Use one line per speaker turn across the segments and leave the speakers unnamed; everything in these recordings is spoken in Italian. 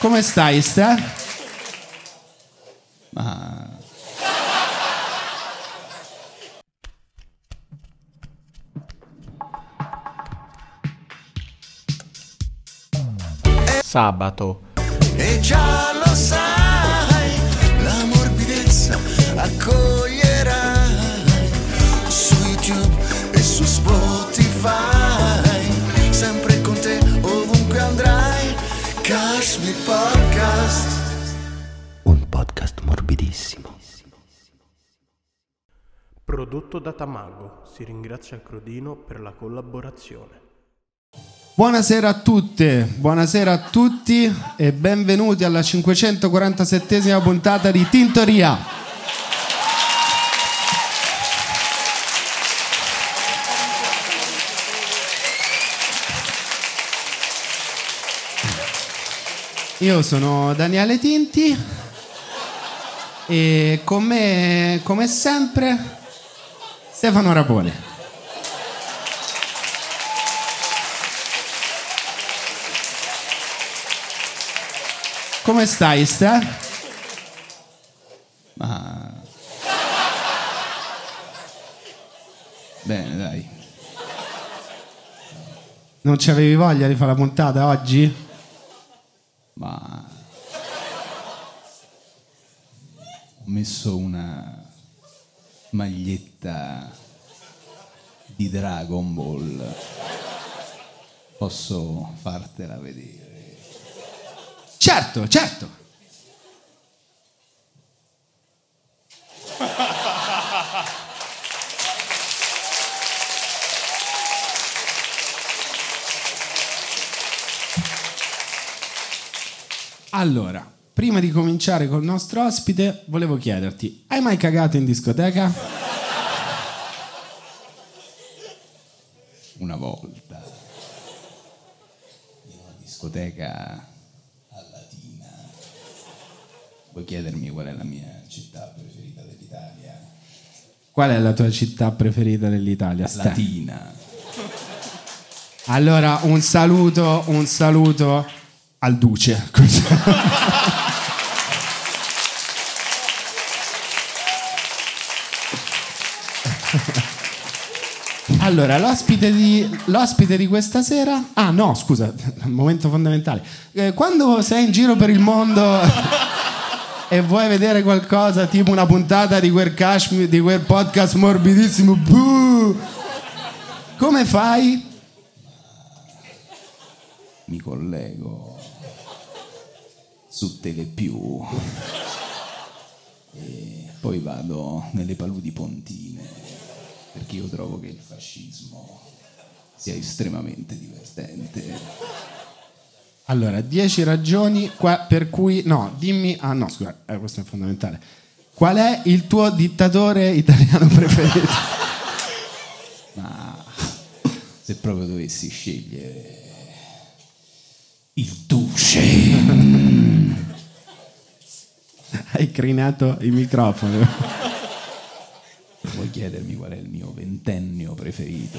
Come stai, Stra? Ma...
Sabato.
E già lo sai, la morbidezza accoglierai su YouTube e su Spotify. Sempre con te ovunque andrai, Kashmir Podcast.
Un podcast morbidissimo.
Prodotto da Tamago, si ringrazia Crodino per la collaborazione.
Buonasera a tutte, buonasera a tutti e benvenuti alla 547esima puntata di Tintoria. Io sono Daniele Tinti e con me, come sempre, Stefano Rapone. Come stai, Stra? Ma... Bene, dai. Non ci avevi voglia di fare la puntata oggi? Ma...
Ho messo una maglietta di Dragon Ball. Posso fartela vedere?
Certo, certo. Allora, prima di cominciare col nostro ospite, volevo chiederti, hai mai cagato in discoteca?
Una volta. In una discoteca Puoi chiedermi qual è la mia città preferita dell'Italia?
Qual è la tua città preferita dell'Italia? Ste?
Latina.
Allora, un saluto, un saluto al Duce. Allora, l'ospite di, l'ospite di questa sera... Ah no, scusa, momento fondamentale. Eh, quando sei in giro per il mondo e vuoi vedere qualcosa tipo una puntata di quel, Kashmir- di quel podcast morbidissimo, buh, come fai?
Mi collego su Telepiù e poi vado nelle paludi pontine perché io trovo che il fascismo sia estremamente divertente.
Allora, 10 ragioni qua- per cui... No, dimmi... Ah no, scusa, eh, questo è fondamentale. Qual è il tuo dittatore italiano preferito?
Ma se proprio dovessi scegliere il duce,
Hai crinato il microfono.
puoi chiedermi qual è il mio ventennio preferito?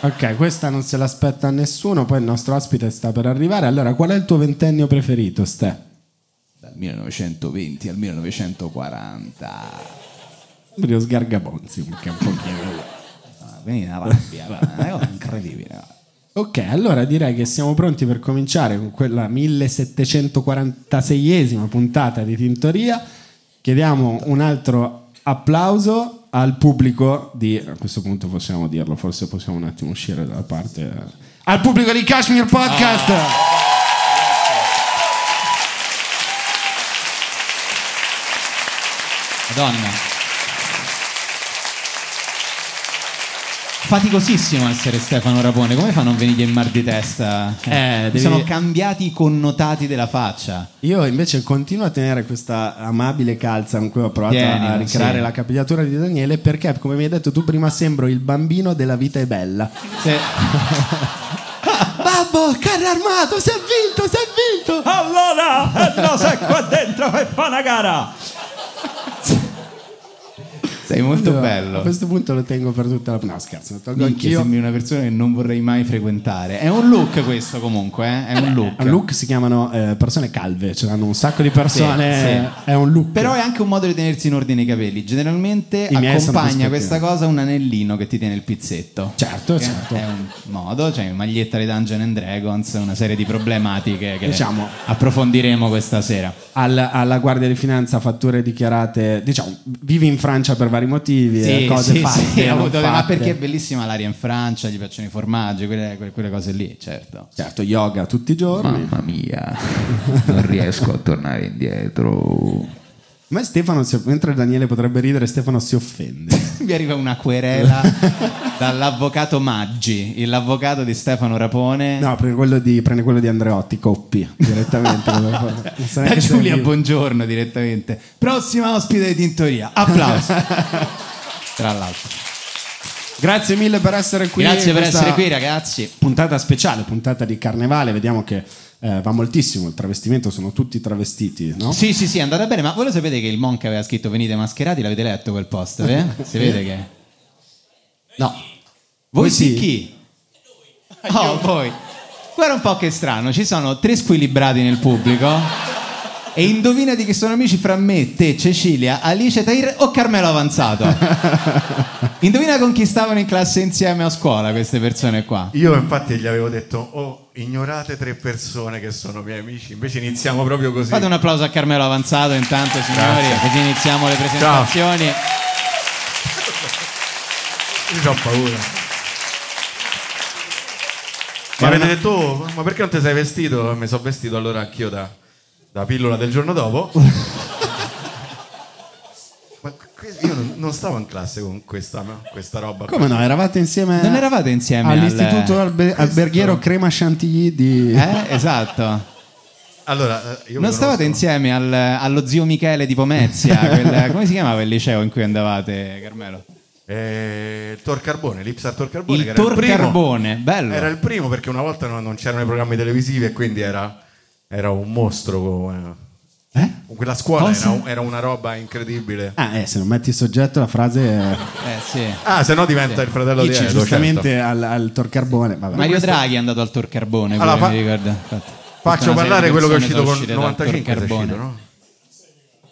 Ok, questa non se l'aspetta a nessuno, poi il nostro ospite sta per arrivare. Allora, qual è il tuo ventennio preferito, Ste?
dal 1920 al 1940.
Lo sgargabonzi, che è un pochino...
Ah, Quindi una rabbia, guarda, una cosa incredibile.
Ok, allora direi che siamo pronti per cominciare con quella 1746esima puntata di Tintoria. Chiediamo un altro applauso al pubblico di... A questo punto possiamo dirlo, forse possiamo un attimo uscire dalla parte... Al pubblico di Kashmir Podcast!
Ah.
Madonna. Faticosissimo essere Stefano Rapone, come fa a non venire in mar di testa?
Eh,
Mi
devi-
Sono cambiati i connotati della faccia.
Io invece continuo a tenere questa amabile calza con cui ho provato a
Tienila,
ricreare
sì.
la capigliatura di Daniele perché, come mi hai detto tu prima, sembro il bambino della vita è bella.
Se-
Babbo, carro armato, si è vinto, si è vinto!
Allora, eh, no, se qua dentro e fa una gara.
Sei molto
Io A
bello.
questo punto lo tengo per tutta la... No, scherzo, lo tolgo
Minchia,
anch'io.
sembri una persona che non vorrei mai frequentare. È un look questo comunque, eh? è un look.
A Look si chiamano eh, persone calve, ce l'hanno un sacco di persone,
Sì, sì.
è un look.
Però è anche un modo di tenersi in ordine i capelli. Generalmente
I miei sono
accompagna
più
questa cosa un anellino che ti tiene il pizzetto.
Certo,
Che
certo.
È un modo, cioè maglietta dei Dungeon and Dragons, una serie di problematiche che
Diciamo-
approfondiremo questa sera.
Al- alla Guardia di Finanza fatture dichiarate, diciamo, vivi in Francia per vari motivi, eh, cose fatte,
sì, ho
non
avuto- ma
fatte.
perché è bellissima l'aria in Francia, gli piacciono i formaggi, quelle, que- quelle cose lì, certo.
Certo, yoga tutti i giorni.
Mamma mia, non riesco a tornare indietro.
Ma Stefano, se- mentre Daniele potrebbe ridere, Stefano si offende.
Mi arriva una querela dall'avvocato Maggi, l'avvocato di Stefano Rapone.
No, prende quello di, prende quello di Andreotti, coppi, direttamente. Non so
Da
neanche se
Giulia,
vivo.
buongiorno direttamente. Prossima ospite di Tintoria. Applauso. Tra l'altro.
Grazie mille per essere qui.
Grazie per
Questa
essere qui ragazzi.
Puntata speciale, puntata di carnevale, vediamo che eh, va moltissimo il travestimento, sono tutti travestiti, no?
Sì, sì, sì, è andata bene, ma voi lo sapete che il Monk aveva scritto venite mascherati, l'avete letto quel post, eh? Si vede che...
No. Voi
Voi sì
sì?
chi? Oh, voi. Guarda un po' che strano, ci sono tre squilibrati nel pubblico. E indovinati che sono amici fra me, te, Cecilia, Alice Tair o Carmelo Avanzato. Indovina con chi stavano in classe insieme a scuola queste persone qua.
Io infatti gli avevo detto, oh, ignorate tre persone che sono miei amici, invece iniziamo proprio così.
Fate un applauso a Carmelo Avanzato intanto, signori, così iniziamo le presentazioni.
Io ho paura. Ma avete detto, "Oh, ma perché non ti sei vestito? Mi sono vestito allora anch'io da, da pillola del giorno dopo. ma que- io non, non stavo in classe con questa, questa roba. qua.
Come no, eravate insieme
Non eravate insieme al-
all'Istituto Albe- Alberghiero Crema Chantilly di...
Eh, esatto.
Allora, eh, io
Non
conosco-
stavate insieme al- allo zio Michele di Pomezia, quel- come si chiamava il liceo in cui andavate, Carmelo?
Eh, il Tor Carbone, l'Ipsar Tor Carbone.
Il
che era
Tor
primo-
Carbone, bello.
Era il primo perché una volta non, non c'erano i programmi televisivi e quindi era, era un mostro. co- eh. Quella scuola
Cosa?
era, un- era una roba incredibile.
Ah, eh, se non metti soggetto la frase... eh,
Eh sì.
Ah, se no diventa il fratello di
dici
Edo,
giustamente
certo.
al, al Torcarbone. Vabbè.
Mario Draghi è andato al Tor Carbone,
Allora,
pure,
fa-
mi ricordo. Infatti, tutta
Faccio
una serie
parlare
di
quello che è
persone
uscito
sono
con
uscite dal Tor
95 che è
Carbone.
uscito, no?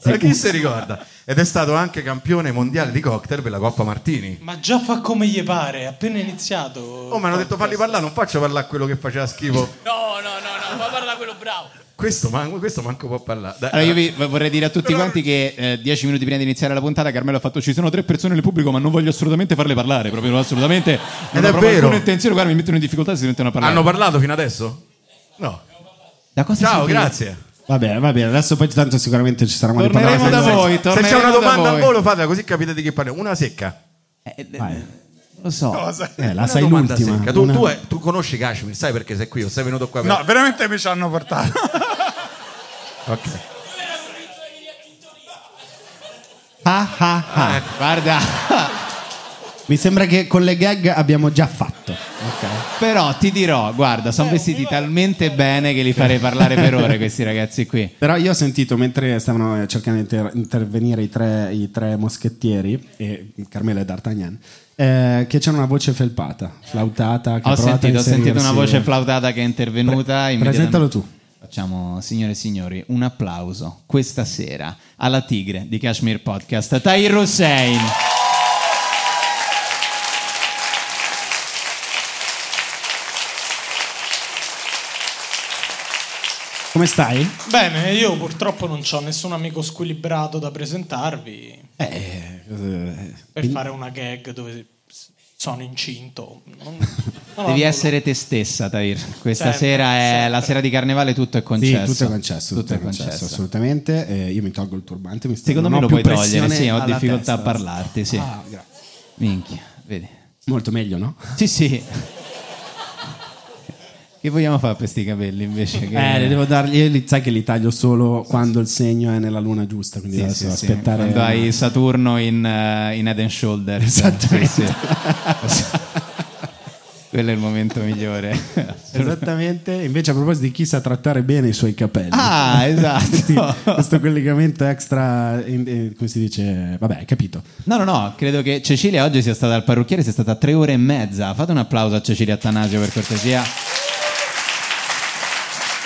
Eh, chi si ricorda? Ed è stato anche campione mondiale di cocktail per la Coppa Martini.
Ma già fa come gli pare, appena iniziato.
Oh, mi hanno detto farli parlare, non faccio parlare quello che faceva schifo.
No, no, no, no, fa parlare quello bravo.
Questo, man- questo manco può parlare. Dai,
Allora, io vi vorrei dire a tutti quanti che eh, dieci minuti prima di iniziare la puntata Carmelo ha fatto ci sono tre persone nel pubblico ma non voglio assolutamente farle parlare, proprio non assolutamente. Non
è
ho proprio
vero.
alcuna intenzione, guarda mi mettono in difficoltà se si mettono a parlare.
Hanno parlato fino adesso? No.
Da cosa
Ciao,
si-
grazie.
Vabbè, va bene, adesso poi tanto sicuramente ci sarà modo di
Torneremo
parlare.
da voi,
Se c'è
torneremo
una
da
domanda
voi. Eh,
al volo, fatela così capite di che parliamo. Una secca.
Vai.
Lo so.
Eh, la
Una
sai
domanda
l'ultima.
secca. Tu,
Una-
tu, tu conosci Kashmir, sai perché sei qui o sei venuto qua per...
No, veramente mi ci hanno portato.
Ok.
Ah, ah, ah.
Ah,
ecco.
guarda,
Mi sembra che con le gag abbiamo già fatto. Ok.
però ti dirò, guarda, sono vestiti talmente bene che li farei parlare per ore questi ragazzi qui.
Però io ho sentito mentre stavano eh, cercando di inter- intervenire i tre, i tre moschettieri, e Carmela e D'Artagnan, eh, che c'era una voce felpata, flautata. Che
Ho
ha provato a
sentito, ho sentito
inserirsi-
una voce flautata che è intervenuta.
Pre-
immediatamente-
presentalo tu.
Facciamo, signore e signori, un applauso questa sera alla tigre di Kashmir Podcast, Tahir Hussein.
Come stai?
Bene, io purtroppo non ho nessun amico squilibrato da presentarvi
Eh,
per fare una gag dove s- sono incinto. Non- non ho
Devi
avuto-
essere te stessa, Tahir. Questa
Sempre,
sera è
sempre.
la sera di carnevale, tutto è
Sì,
concesso.
tutto è concesso, tutto, è concesso, assolutamente. Eh, io mi tolgo il turbante, mi sta-
Secondo
non
me
ho
lo
più
puoi togliere,
pressione
sì, ho
alla
difficoltà a
testa.
parlarti, sì.
Ah, grazie.
Minchia, vedi.
Molto meglio, no?
Sì, sì. Che vogliamo fare per sti capelli invece? Che...
Eh, le devo dargli, io li- sai che li taglio solo quando il segno è nella luna giusta, quindi
Sì,
adesso
sì, sì.
aspettare.
Quando hai Saturno in, eh, in Head and Shoulders. Esattamente. Quello è il momento migliore. Esatto.
Esattamente, invece a proposito di chi sa trattare bene i suoi capelli.
ah,
Sì,
esatto.
questo collegamento extra, in- eh, come si dice, vabbè, hai capito.
No, no, no, credo che Cecilia oggi sia stata al parrucchiere, sia stata tre ore e mezza. Fate un applauso a Cecilia Attanasio per cortesia.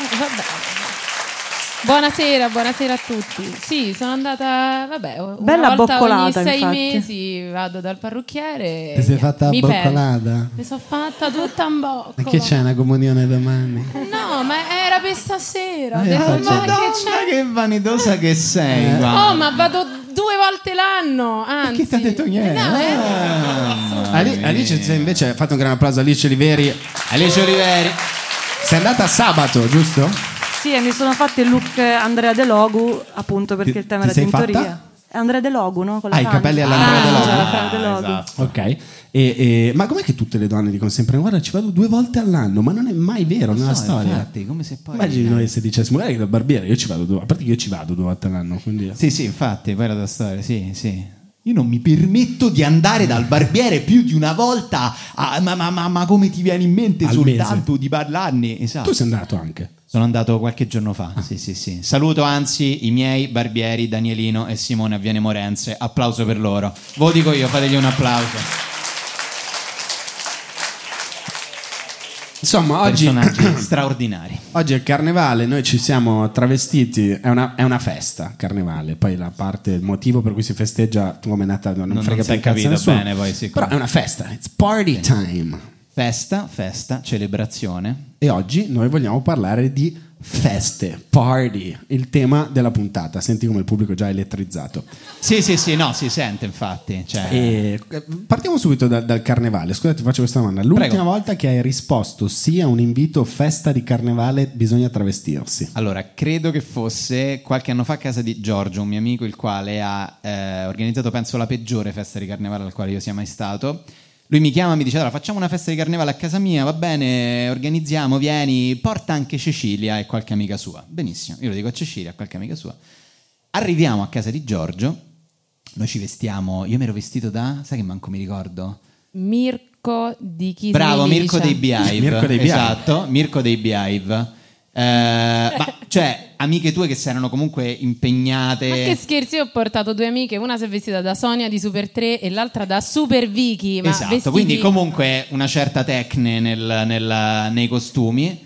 Eh, vabbè. Buonasera, buonasera a tutti. Sì, sono andata, vabbè, una
Bella
volta ogni
boccolata,
sei
infatti.
mesi vado dal parrucchiere.
Ti sei
e
fatta la
mi perdo.
boccolata?
Mi sono fatta tutta un bocco.
Ma che c'è una comunione domani?
No, ma era per stasera. Ho
Eh,
detto,
faccio- Eh.
ma che
Madonna, che vanidosa che sei. guarda.
Oh, ma vado due volte l'anno. Anzi, chi ti ha detto niente? No, eh.
Ah. Ali- Alice se invece ha fatto un gran applauso a Alice Oliveri.
Alice Oliveri.
Sei andata sabato, giusto?
Sì, e mi sono fatti il look Andrea De Logu, appunto perché
Ti-
il tema era
ti sei
tintoria.
fatta?
È Andrea De Logu, no? Con la
Ah, i
frangia.
capelli all'Andrea De Logu. Ah,
Frangia, la frangia De Logu.
Esatto.
Ok. E- e- ma com'è che tutte le donne dicono sempre guarda ci vado due volte all'anno? Ma non è mai vero nella
No,
storia.
infatti, come se poi...
Immagini noi se dicessimo guarda che da barbiere io ci vado due, a parte che io ci vado due volte all'anno, quindi
Sì, sì, infatti, poi la tua storia, sì, sì. Io non mi permetto di andare dal barbiere più di una volta, a- ma, ma- ma- ma come ti viene in mente
Al
soltanto di parlarne? Esatto.
tu sei andato anche.
Sono andato qualche giorno fa, sì, sì, sì. Saluto anzi i miei barbieri Danielino e Simone Avviene Morenze, applauso per loro. Ve lo dico io, fategli un applauso.
Insomma, oggi
Personaggi straordinari.
Oggi è il carnevale, noi ci siamo travestiti, è una, è una festa, carnevale, poi la parte, il motivo per cui si festeggia tu come Natale non,
Non-
frega
non si
più
è
un cazzo a
capito
nessuno.
bene poi, sì.
Però è una festa, it's party time.
Festa, festa, celebrazione.
E oggi noi vogliamo parlare di feste, party, il tema della puntata, senti come il pubblico è già elettrizzato.
Sì, sì, sì, no, si sente infatti. Cioè,
E eh, partiamo subito da- dal carnevale, scusa ti faccio questa domanda, l'ultima
Prego.
volta che hai risposto sì a un invito festa di carnevale bisogna travestirsi.
Allora, credo che fosse qualche anno fa a casa di Giorgio, un mio amico, il quale ha eh, organizzato, penso, la peggiore festa di carnevale al quale io sia mai stato. Lui mi chiama e mi dice, allora facciamo una festa di carnevale a casa mia, va bene, organizziamo, vieni, porta anche Cecilia e qualche amica sua. Benissimo, io lo dico a Cecilia, a qualche amica sua. Arriviamo a casa di Giorgio, noi ci vestiamo, io mi ero vestito da, sai che manco mi ricordo?
Mirko di chi
Bravo,
si
Mirko dei
dice?
Behive.
Mirko dei Beehive.
Esatto, Mirko dei Beehive. Eh, ma cioè, amiche tue che si erano comunque impegnate.
Ma che scherzi, io ho portato due amiche, una si è vestita da Sonia di Super 3 e l'altra da Super Vicky. Ma
esatto,
vestiti-
quindi comunque una certa tecne nel- nel- nei costumi.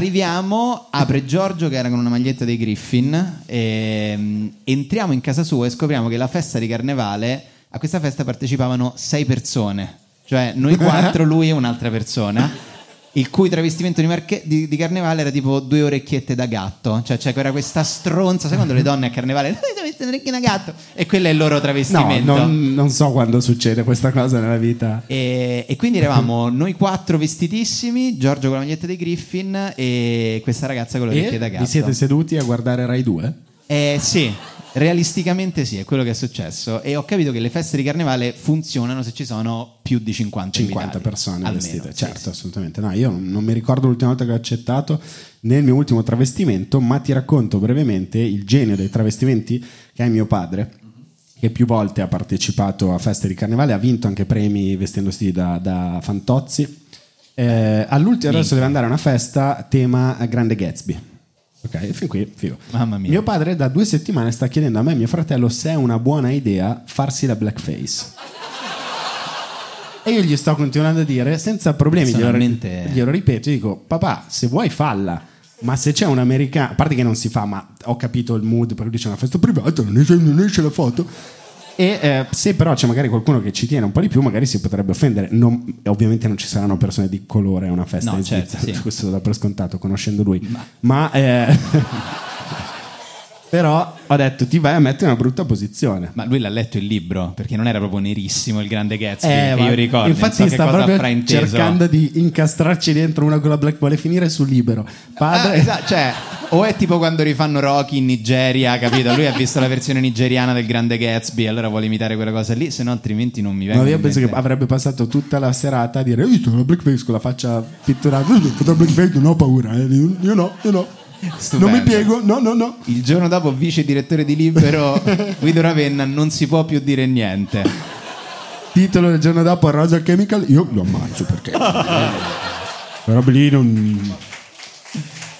Arriviamo, apre Giorgio che era con una maglietta dei Griffin, ehm, entriamo in casa sua e scopriamo che la festa di carnevale, a questa festa partecipavano sei persone, cioè noi quattro, lui e un'altra persona, il cui travestimento di, marche- di- di carnevale era tipo due orecchiette da gatto, cioè, cioè era questa stronza, sai quando le donne a carnevale, noi siamo vestite da orecchie da gatto, e quello è il loro
No,
travestimento.
non, non so quando succede questa cosa nella vita.
E, e
Mhm.
quindi eravamo noi quattro vestitissimi, Giorgio con la maglietta dei Griffin e questa ragazza con le orecchie da
E
gatto.
vi siete seduti a guardare Rai 2?
Eh, sì, realisticamente sì, è quello che è successo. E ho capito che le feste di carnevale funzionano se ci sono più di 50
50
invitati,
persone
almeno,
vestite,
sì,
certo,
sì.
assolutamente. No, io non mi ricordo l'ultima volta che ho accettato nel mio ultimo travestimento, ma ti racconto brevemente il genio dei travestimenti che è mio padre, che più volte ha partecipato a feste di carnevale, ha vinto anche premi vestendosi da, da Fantozzi. Eh, all'ultimo adesso deve andare a una festa tema Grande Gatsby. Ok, fin qui, figo.
Mamma mia.
Mio padre da due settimane sta chiedendo a me e mio fratello se è una buona idea farsi la blackface. E io gli sto continuando a dire senza problemi, glielo,
Personalmente-
glielo ripeto, gli dico papà se vuoi falla, ma se c'è un americano, a parte che non si fa, ma ho capito il mood perché dice una festa privata, non esce, non esce la foto. E eh, se però c'è magari qualcuno che ci tiene un po' di più, magari si potrebbe offendere. Non- ovviamente non ci saranno persone di colore a una festa
No,
in
certo,
Svizzera,
sì.
questo l'ho per scontato conoscendo lui. Ma, eh, però ho detto ti vai a mettere in una brutta posizione.
Ma lui l'ha letto il libro perché non era proprio nerissimo il grande Gatsby.
Eh,
che
ma
io ricordo.
Infatti,
non so che
sta
cosa ha
proprio
frainteso.
cercando di incastrarci dentro una con la Black. Vuole finire sul libero. Padre,
Ah, esatto, cioè, o è tipo quando rifanno Rocky in Nigeria, capito? Lui ha visto la versione nigeriana del grande Gatsby, allora vuole imitare quella cosa lì, se no altrimenti non mi
No,
vengono
io
in
penso che
mente.
avrebbe passato tutta la serata a dire: Io sono la blackface con la faccia pitturata. Io sono la blackface, non ho paura. eh, Io, io no, io no.
Stupendo.
Non mi piego, no, no, no.
Il giorno dopo vice direttore di Libero Guido Ravenna non si può più dire niente.
Titolo del giorno dopo, Rosa Chemical, io lo ammazzo perché... Però lì non...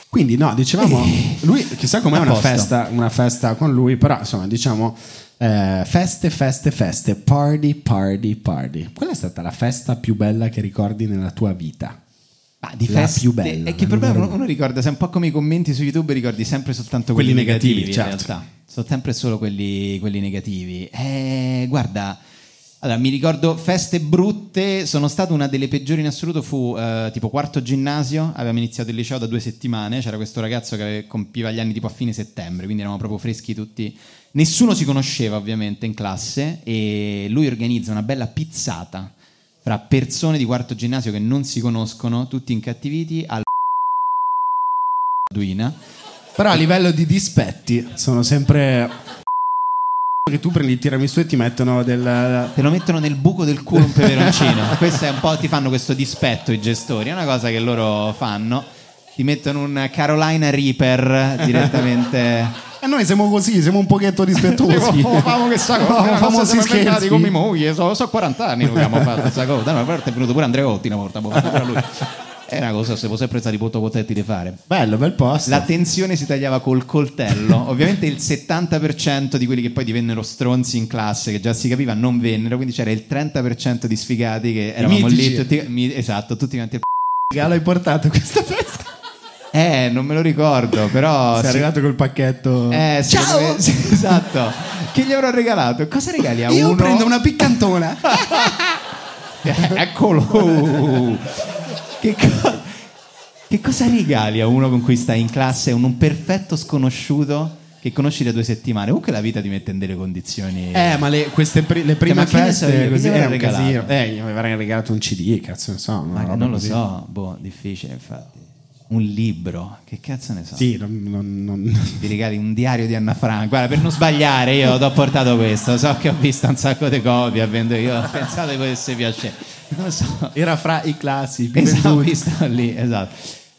Quindi no, dicevamo, lui chissà com'è
A
Eh. una
posto.
festa, una festa con lui, però insomma diciamo eh, feste, feste, feste, party, party, party. Qual è stata la festa più bella che ricordi nella tua vita? Ma
di
la
feste
più bella.
è che il
la
problema
numero
uno, uno ricorda se un po' come i commenti su YouTube ricordi sempre soltanto quelli,
Quelli negativi,
negativi, in
certo.
realtà sono sempre solo quelli, quelli negativi Eh, guarda allora, mi ricordo feste brutte, sono stato una delle peggiori in assoluto, fu eh, tipo quarto ginnasio, avevamo iniziato il liceo da due settimane, c'era questo ragazzo che ave- compiva gli anni tipo a fine settembre, quindi eravamo proprio freschi tutti, nessuno si conosceva ovviamente in classe e lui organizza una bella pizzata fra persone di quarto ginnasio che non si conoscono, tutti incattiviti, al Arduino.
Però a livello di dispetti sono sempre che tu prendi il tiramisù e ti mettono del
te lo mettono nel buco del culo un peperoncino. Questo è un po' ti fanno questo dispetto i gestori, è una cosa che loro fanno. Ti mettono un Carolina Reaper direttamente.
E noi siamo così, siamo un pochetto dispettosi. Facciamo famosi scherzi.
con mia moglie, sono 40 anni che abbiamo fatto questa cosa. Da una parte è venuto pure Andreotti una volta, boh, però lui- è una cosa che si può sempre stare di molto contenti di fare.
Bello, bel posto.
La tensione si tagliava col coltello. Ovviamente il 70% di quelli che poi divennero stronzi in classe, che già si capiva, non vennero. Quindi c'era il 30% di sfigati che eravamo lì.
mitici.
Tutti, mi- esatto, tutti quanti.
regalo hai portato questa festa?
Eh, non me lo ricordo, però.
Sei
sì-
arrivato col pacchetto.
Eh, secondo
Ciao!
me- sì, esatto. Che gli avrò regalato? Cosa regali a
Io
uno?
prendo una piccantona.
Eh, Eccolo! Che, co- che cosa regali a uno con cui stai in classe? Un, un perfetto sconosciuto che conosci da due settimane? Comunque la vita ti mette in delle condizioni.
Eh, ma le, queste pri- le
Cioè, ma
prime
chi ne so io?
feste
Chi
così
gli avrà
era un
regalato?
casino. Eh, gli avrei regalato un CD, cazzo, insomma.
Ma non lo so, boh, difficile infatti. Un libro, che cazzo ne so?
Sì, non, non- non-
Ti regali un diario di Anna Frank. Guarda, per non sbagliare, io ti ho portato questo. So che ho visto un sacco di copie, avendo io ho pensato che potesse piacere. Non lo so.
Era fra i classi più
Esatto, ho
venduti.
visto lì, esatto.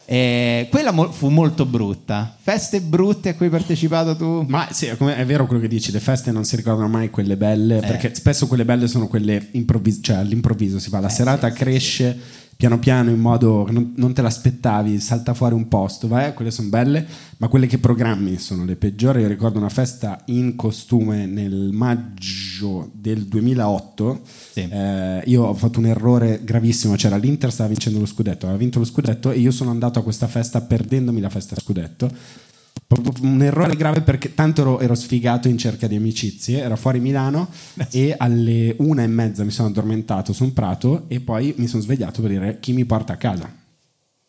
Eh, quella mo- fu molto brutta. Feste brutte a cui hai partecipato tu?
Ma sì, come- è vero quello che dici, le feste non si ricordano mai quelle belle,
Eh.
perché spesso quelle belle sono quelle improvvis- cioè all'improvviso si fa,
Eh,
la serata cresce piano piano in modo che non, non te l'aspettavi, salta fuori un posto, vai, eh, quelle sono belle, ma quelle che programmi sono le peggiori. Io ricordo una festa in costume nel maggio del 2008, Eh, io ho fatto un errore gravissimo, c'era l'Inter stava vincendo lo scudetto, aveva vinto lo scudetto e io sono andato a questa festa perdendomi la festa scudetto proprio un errore grave perché tanto ero, ero sfigato in cerca di amicizie, ero fuori Milano
Eh
e alle una e mezza mi sono addormentato su un prato e poi mi sono svegliato per dire chi mi porta a casa.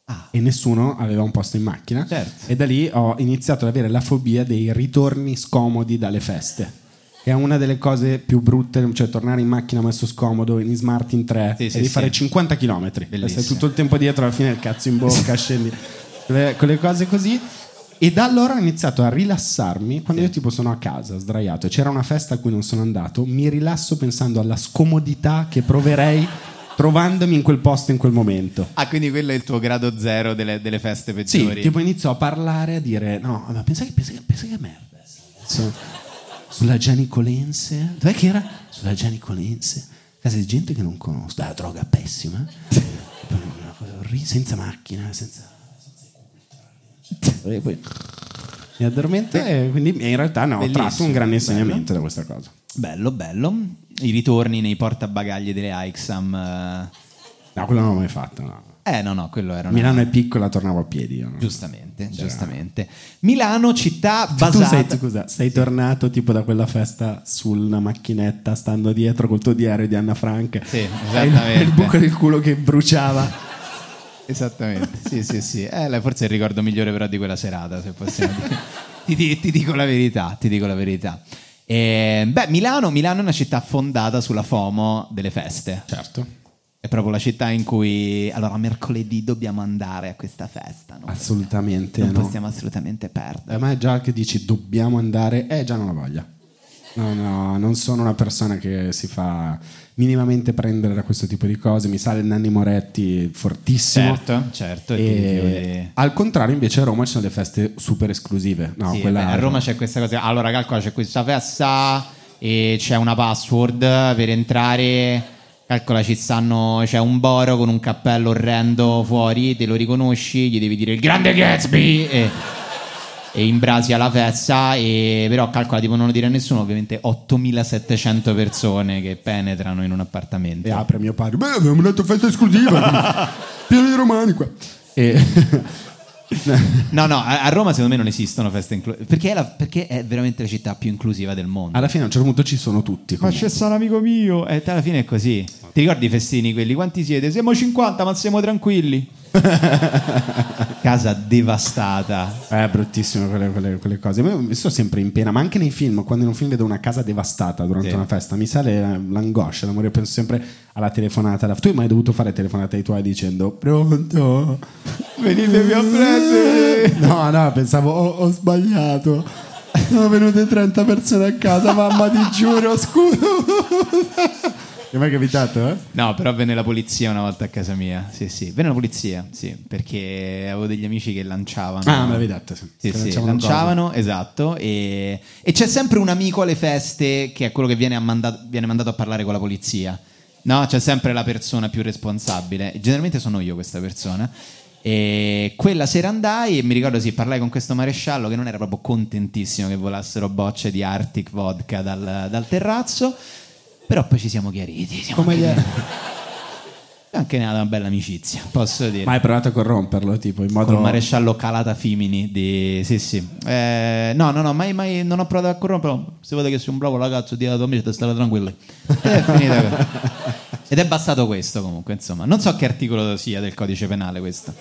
Ah.
E nessuno aveva un posto in macchina.
Certo.
E da lì ho iniziato ad avere la fobia dei ritorni scomodi dalle feste. Che è una delle cose più brutte, cioè tornare in macchina messo scomodo, in smart in 3
Sì,
e
sì,
di
sì.
fare 50 km. Stai
Bellissimo.
tutto il tempo dietro, alla fine il cazzo in bocca, scendi. Quelle, quelle cose così. E da allora ho iniziato a rilassarmi quando io tipo sono a casa, sdraiato, e c'era una festa a cui non sono andato, mi rilasso pensando alla scomodità che proverei trovandomi in quel posto in quel momento.
Ah, quindi quello è il tuo grado zero delle, delle feste
Sì,
peggiori.
tipo inizio a parlare, a dire no, ma pensa che, pensa che, pensa che merda. Su- sulla Gianicolense, dov'è che era? Sulla Gianicolense, casa di gente che non conosco, la droga pessima, Proprio una cosa orribile, senza macchina, senza... senza- E poi mi addormento e quindi in realtà ne ho
Bellissimo,
tratto un grande
bello.
insegnamento da questa cosa.
Bello, bello. I ritorni nei portabagagli delle Aixam.
No, quello non l'ho mai fatto. no.
Eh, no, no, quello era. una-
Milano è piccola, tornavo a piedi. io, no?
Giustamente,
Cioè,
giustamente. Milano, città
Tu sei,
basata.
scusa, sei tornato tipo da quella festa sulla macchinetta, stando dietro col tuo diario di Anna Frank.
Sì,
Hai il-
esattamente.
Il buco del culo che bruciava.
Esattamente, sì, sì, sì. Eh, là forse è il ricordo migliore però di quella serata, se possiamo dire. ti, di- ti dico la verità, ti dico la verità. Eh, beh, Milano, Milano è una città fondata sulla FOMO delle feste.
Certo.
È proprio la città in cui allora mercoledì dobbiamo andare a questa festa, no?
Assolutamente
non
no.
possiamo assolutamente perdere.
A me già che dici dobbiamo andare, eh già non la voglia. No, no, non sono una persona che si fa minimamente prendere da questo tipo di cose. Mi sale Nanni Moretti fortissimo.
Certo, certo, e
E
ti richiude.
Al contrario, invece, a Roma ci sono le feste super esclusive. No,
Sì,
quella-
beh, a Roma c'è questa cosa. Allora, calcola, c'è questa festa e c'è una password per entrare. Calcola, ci stanno, c'è un boro con un cappello orrendo fuori, te lo riconosci, gli devi dire il grande Gatsby e, e imbrasi alla festa, e, però calcola, tipo non lo dire a nessuno, ovviamente 8700 persone che penetrano in un appartamento. E
apre mio padre, beh abbiamo detto festa esclusiva, pieno di romani qua.
no, no, a a Roma secondo me non esistono feste inclusive, perché, è la- perché è veramente la città più inclusiva del mondo.
Alla fine a un certo punto ci sono tutti.
Ma
comunque.
c'è stato un amico mio. E alla fine è così. Ti ricordi i festini quelli? Quanti siete? Siamo 50, ma siamo tranquilli. Casa devastata.
È Eh, bruttissimo quelle, quelle- quelle cose. Ma Io mi sto sempre in pena, ma anche nei film, quando in un film vedo una casa devastata durante
Sì.
una festa, mi sale eh, l'angoscia, l'amore. Io penso sempre alla telefonata. alla- Tu hai mai dovuto fare telefonata ai tuoi dicendo pronto?
Venitevi a prendere.
Eh. No, no, pensavo ho, ho sbagliato. Sono venute 30 persone a casa, mamma ti giuro, scusa. Ti è mai capitato? Eh?
No, però venne la polizia una volta a casa mia. Sì, sì. Venne la polizia, sì, perché avevo degli amici che lanciavano.
Ah, me l'avevi detto, sì.
Sì,
Che
sì,
lanciavano
lanciavano, esatto. E... e c'è sempre un amico alle feste che è quello che viene, a manda- viene mandato a parlare con la polizia. No, c'è sempre la persona più responsabile. Generalmente sono io questa persona. E quella sera andai e mi ricordo sì, parlai con questo maresciallo che non era proprio contentissimo che volassero bocce di Arctic vodka dal, dal terrazzo. Però poi ci siamo chiariti. Siamo
Come gli
anche-
è?
anche ne ha una bella amicizia, posso dire.
Ma hai provato a corromperlo, tipo in modo.
Col maresciallo Calata Fimini di... Sì, sì. Eh, no, no, no, mai, mai non ho provato a corromperlo. Se vuoi che sei un bravo ragazzo, di alla tua amica, stare tranquillo. Ed è finita così. Ed è bastato questo comunque, insomma. Non so che articolo sia del codice penale questo.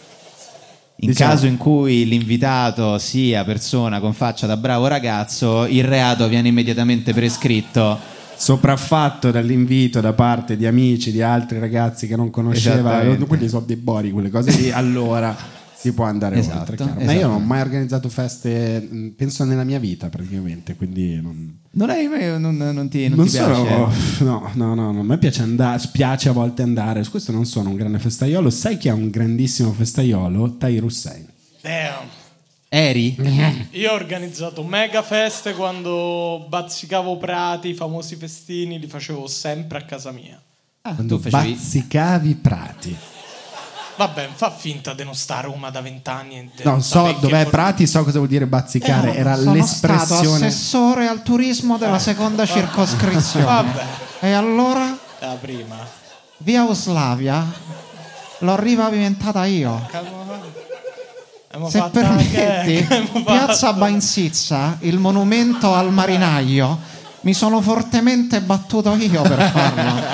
In
Diciamo-
caso in cui l'invitato sia persona con faccia da bravo ragazzo, il reato viene immediatamente prescritto.
sopraffatto dall'invito da parte di amici, di altri ragazzi che non conosceva,
Esattamente.
quelli sono dei bori, quelle cose lì, allora si può andare
Esatto,
oltre. chiaro. Ma
esatto.
io non ho mai organizzato feste, mh, penso nella mia vita praticamente, quindi non,
Non, hai mai- non- non ti, non
non
ti
sono-
piace?
No, no, no, no, a me piace andare, spiace a volte andare, su questo non sono un grande festaiolo, sai chi è un grandissimo festaiolo? Tahir Hussein.
Damn.
Eri?
Io ho organizzato mega feste quando bazzicavo prati, i famosi festini li facevo sempre a casa mia.
Ah,
Quando bazzicavi prati.
Vabbè, fa finta di non stare a Roma da vent'anni. e di
No,
non
so
sapere che Eh,
dov'è
for-
Prati, so cosa vuol dire bazzicare, era l'espressione...
assessore al turismo della seconda circoscrizione.
Vabbè.
E allora
La prima.
via Oslavia l'ho ripavimentata io.
Abbiamo
Se
fatto
permetti,
anche- abbiamo
piazza
fatto-
Bainsizza, il monumento al marinaio, mi sono fortemente battuto io per farlo.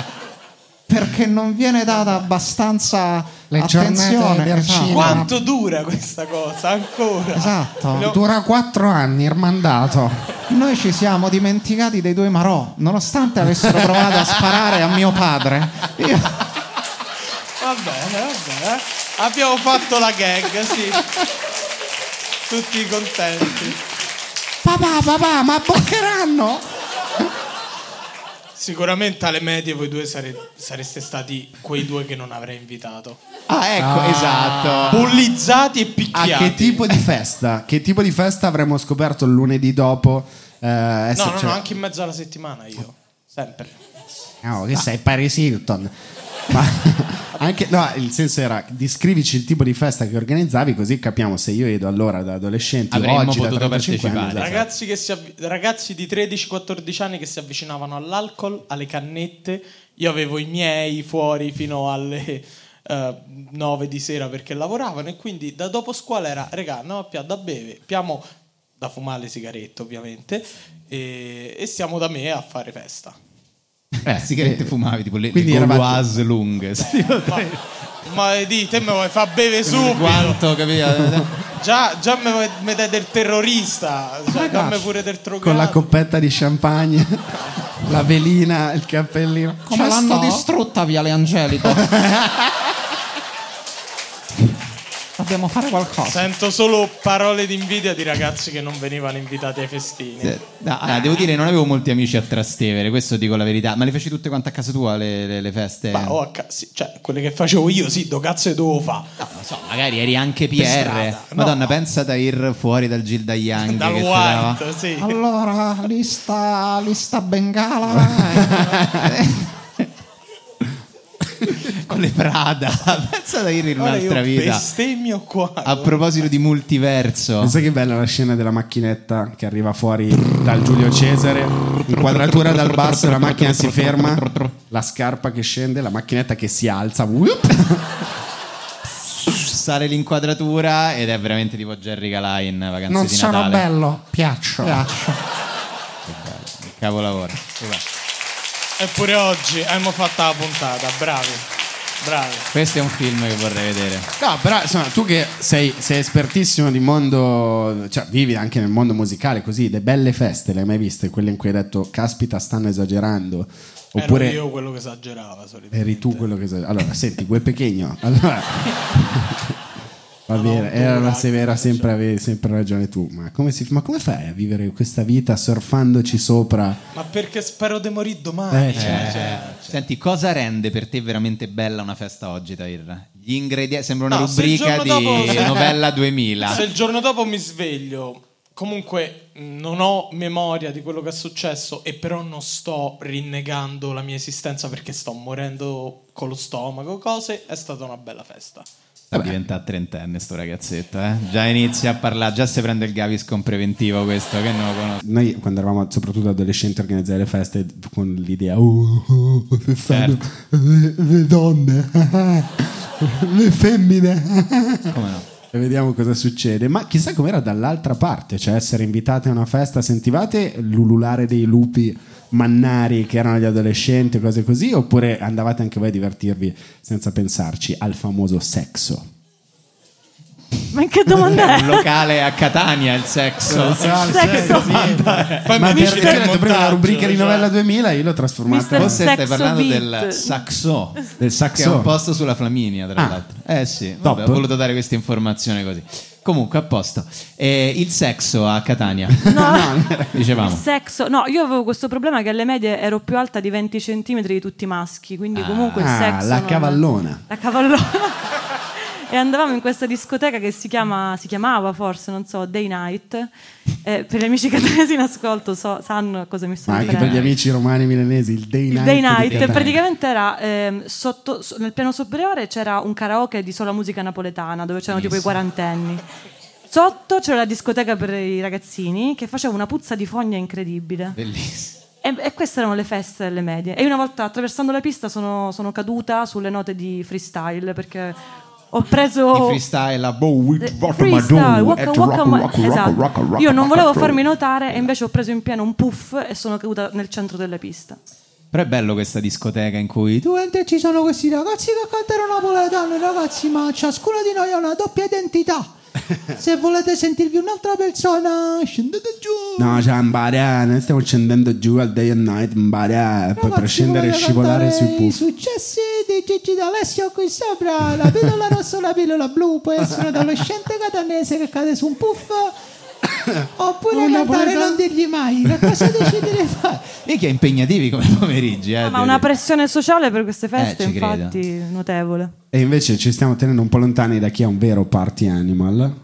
perché non viene data abbastanza
Le giornate
attenzione.
del
esatto.
cinema.
Quanto dura questa cosa ancora?
Esatto.
No,
Dura quattro anni il mandato.
Noi ci siamo dimenticati dei due Marò, nonostante avessero provato a sparare a mio padre. Io...
Va bene, va bene. Abbiamo fatto la gag, sì. Tutti contenti.
Papà, papà, ma boccheranno?
Sicuramente alle medie voi due sare- sareste stati quei due che non avrei invitato.
Ah, ecco, esatto.
Bullizzati e picchiati.
A che tipo di festa? Che tipo di festa avremmo scoperto il lunedì dopo? eh,
No,
essere-
no,
cioè-
no, anche in mezzo alla settimana io. Sempre.
No, Oh, che sei Paris Hilton. Ma anche, no, il senso era descrivici il tipo di festa che organizzavi, così capiamo se io ed allora da adolescente
Avremmo
oggi da
potuto
35 anni,
partecipare.
esatto.
Ragazzi, che si avvi- ragazzi di 13-14 anni che si avvicinavano all'alcol, alle cannette. Io avevo i miei fuori fino alle eh, 9 di sera perché lavoravano e quindi da dopo scuola era, regà, no, a pia da beve, piamo da fumare le sigarette ovviamente e, e stiamo da me a fare festa.
Eh, sigarette fumavi tipo le,
Quindi
le
eravate-
Gauloise lunghe. sì,
Ma, ma di te me vuoi far bere
il
subito?
guanto, capito?
Già, già me, vuoi- me dai del terrorista, cioè, dammi pure del drogato.
Con la coppetta di champagne, la velina, il cappellino.
Come
Ci
l'hanno
sto?
distrutta Viale Angelico? Dobbiamo fare qualcosa.
Sento solo parole di invidia di ragazzi che non venivano invitati ai festini.
No, allora, ah, devo dire, non avevo molti amici a Trastevere, questo dico la verità. Ma le feci tutte quante a casa tua le, le- le feste?
Ma oh, a ca- sì, cioè, quelle che facevo io, sì, do cazzo e dovevo fa.
No, non so, magari eri anche PR.
strada, no.
Madonna, pensa da ir fuori dal Gilda Young.
Dal
che ti dava-
white, sì.
Allora, lista, lista bengala. con le Prada. Pensa da Irri in
Ora
un'altra
io
vita.
bestemmio qua.
A proposito di multiverso.
Pensa che bella la scena della macchinetta che arriva fuori dal Giulio Cesare, inquadratura dal basso, la macchina si ferma, la scarpa che scende, la macchinetta che si alza, whoop,
Sale l'inquadratura ed è veramente tipo Jerry Galain, vacanze
non
di
sono
Natale.
bello, piaccio.
Capolavoro. Vabbè.
Eppure oggi abbiamo fatto la puntata, bravi, bravi.
Questo è un film che vorrei vedere.
No, però insomma, tu che sei, sei espertissimo di mondo, cioè vivi anche nel mondo musicale, così, le belle feste le hai mai viste? Quelle in cui hai detto, caspita, stanno esagerando. Oppure
Ero Eh io quello che esagerava solitamente.
eri tu quello che... Allora, senti, quel pechegno. Allora... Va bene, era, una severa, sempre, avevi sempre ragione tu. Ma come, si- ma come fai a vivere questa vita surfandoci sopra?
Ma perché spero di morire
Ah,
domani?
Eh,
cioè,
eh,
cioè.
Senti, cosa rende per te veramente bella una festa oggi, Tair? Gli ingredienti, sembra una
No, se il
rubrica di
giorno dopo- se-
novella 2000.
Se il giorno dopo mi sveglio, comunque mh, non ho memoria di quello che è successo e però non sto rinnegando la mia esistenza perché sto morendo con lo stomaco, cose, è stata una bella festa.
Sta diventando trentenne sto ragazzetto, eh? Già inizia a parlare, già si prende il Gaviscon preventivo questo, che non lo conosco.
Noi quando eravamo soprattutto adolescenti organizzare le feste con l'idea, oh, oh, oh, se
Certo.
stanno- le, le donne, le femmine.
Come no?
E vediamo cosa succede. Ma chissà com'era dall'altra parte, cioè essere invitate a una festa, sentivate l'ululare dei lupi mannari che erano gli adolescenti, cose così, oppure andavate anche voi a divertirvi senza pensarci al famoso sesso?
Ma che domanda
Un
è?
locale a Catania il sexo.
Il sex.
Sesso.
Poi Ma
Eh, mi
perché
dici del
ho detto prima la
montaggio,
rubrica di
cioè.
novella 2000 io l'ho trasformata
Forse stai parlando del Saxo,
Del Saxo.
che è un posto sulla Flaminia, tra
Ah.
l'altro. Eh sì,
Top.
vabbè, ho voluto dare questa informazione così. Comunque, a posto. Eh, il sexo a Catania,
Il
esatto.
dicevamo.
sexo, no, io avevo questo problema che alle medie ero più alta di 20 cm di tutti i maschi, quindi comunque il
Ah,
sexo.
la
non-
cavallona.
La cavallona. e andavamo in questa discoteca che si, chiama, si chiamava forse, non so, Day Night. Eh, per gli amici catanesi in ascolto so- sanno a cosa mi sto
ma anche per
riferendo.
gli amici romani milanesi il day
Il
night,
Day
di
Night
Catania.
praticamente era ehm, sotto, so- nel piano superiore c'era un karaoke di sola musica napoletana dove c'erano tipo i quarantenni. Sotto c'era la discoteca per i ragazzini che faceva una puzza di fogna incredibile.
Bellissimo.
E, e queste erano le feste delle medie. E una volta attraversando la pista sono, sono caduta sulle note di freestyle perché ho preso.
Di freestyle a Bowie.
Freestyle, waka,
at
waka,
Ecco, rock,
ma-
rock,
esatto.
rock, rock, rock,
Io non volevo
rock, rock.
farmi notare e invece ho preso in pieno un puff e sono caduta nel centro della pista.
Però è bello questa discoteca in cui tu
Mentre ci sono questi ragazzi che cantano napoletano, ragazzi, ma ciascuno di noi ha una doppia identità. Se volete sentirvi un'altra persona, scendete giù.
no cioè Mbaria noi stiamo scendendo giù al day and night Mbaria e poi per
Ragazzi,
scendere e
voglio
scivolare
cantare
sui
I
puff
successi di Gigi D'Alessio qui sopra, la pillola rossa, la pillola blu, può essere un adolescente catanese che cade su un puff. Oppure
Un
cantare
napoletano.
non dirgli mai, che cosa decidi di fare?
Minchia, impegnativi come pomeriggi, eh.
Ah, Ma una pressione sociale per queste feste,
ci credo.
infatti, notevole.
e invece ci stiamo tenendo un po' lontani da chi è un vero party animal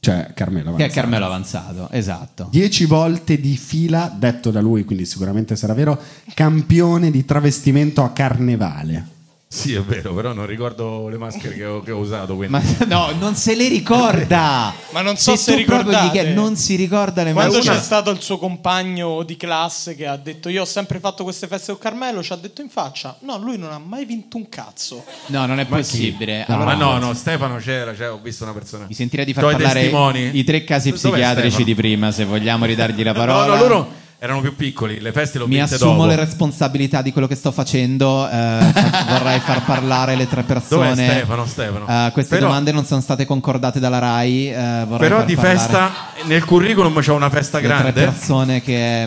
cioè Carmelo
Che è
avanza.
Carmelo Avanzato, esatto.
Dieci volte di fila, detto da lui, quindi sicuramente sarà vero, campione di travestimento a carnevale.
Sì, è vero, però non ricordo le maschere che ho, che ho usato. Quindi.
Ma no, non se le ricorda.
Ma non so se
tu proprio gli
ricordate.
chiedi- non si ricorda nemmeno
Quando
una.
c'è stato il suo compagno di classe che ha detto io ho sempre fatto queste feste con Carmelo, ci ha detto in faccia, no, lui non ha mai vinto un cazzo.
No, non è
Ma chi?
possibile.
No, ma
Allora-
no, no, Stefano c'era, cioè, ho visto una persona.
Mi sentirei di far
Cioè, i
parlare
testimoni?
i tre casi
Dov'è
psichiatrici
Stefano?
di prima, se vogliamo ridargli la parola.
No, no, loro erano più piccoli, le feste l'ho
Mi
vinte
assumo
dopo.
le responsabilità di quello che sto facendo. eh, fa- vorrei far parlare le tre persone.
Dov'è Stefano, Stefano?
Eh, queste
Però-
domande non sono state concordate dalla Rai. eh, vorrei
Però
far
di
parlare
festa, nel curriculum c'è una festa
le tre
grande.
persone che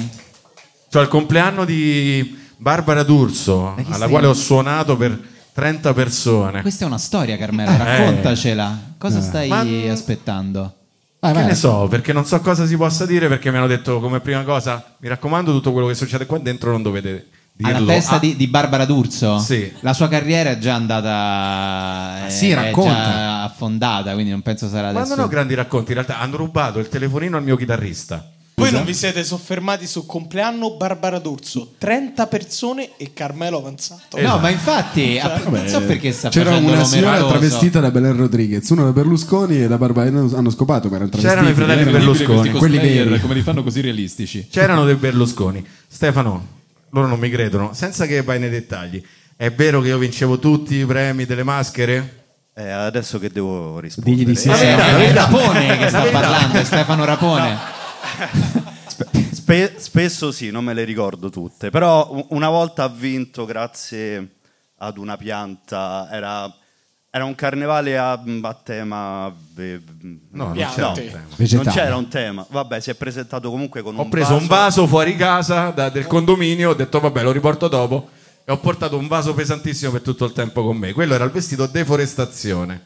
Cioè il compleanno di Barbara D'Urso,
chi
alla
sei?
quale ho suonato per 30 persone.
Questa è una storia, Carmela, raccontacela. Cosa
Eh.
stai
Ma-
aspettando?
che ne so, perché non so cosa si possa dire, perché mi hanno detto come prima cosa, mi raccomando tutto quello che succede qua dentro non dovete dirlo.
Alla festa
Ah,
di, di Barbara D'Urso?
Sì.
La sua carriera è già andata...
Ah,
eh,
sì,
è
racconta.
già affondata, quindi non penso sarà
Ma
adesso...
non ho grandi racconti, in realtà hanno rubato il telefonino al mio chitarrista.
Voi non vi siete soffermati su compleanno Barbara D'Urso, 30 persone e Carmelo Avanzato. Cioè,
No, ma infatti, a- non so perché sta
C'era
facendo
una
nome
signora
omaroso.
travestita da Belen Rodriguez, una da Berlusconi e la Barbaino hanno scopato che erano travestiti.
C'erano i fratelli Berlusconi,
quelli veri.
li fanno così realistici? C'erano dei Berlusconi. Stefano, loro non mi credono, senza che vai nei dettagli. È vero che io vincevo tutti i premi delle maschere?
Eh, adesso che devo rispondere.
di sì.
La
Eh,
verità,
è
la verità.
Rapone che
La
sta
verità.
parlando, è Stefano Rapone.
Spe- spesso sì, non me le ricordo tutte, però u- una volta ha vinto grazie ad una pianta, era, era un carnevale a, a tema... ve-
non
piante.
c'era un tema. Vegetale.
non c'era un tema, vabbè si è presentato comunque con
Ho
un
preso
vaso,
un vaso fuori casa da- del condominio, ho detto vabbè lo riporto dopo e ho portato un vaso pesantissimo per tutto il tempo con me. Quello era il vestito deforestazione.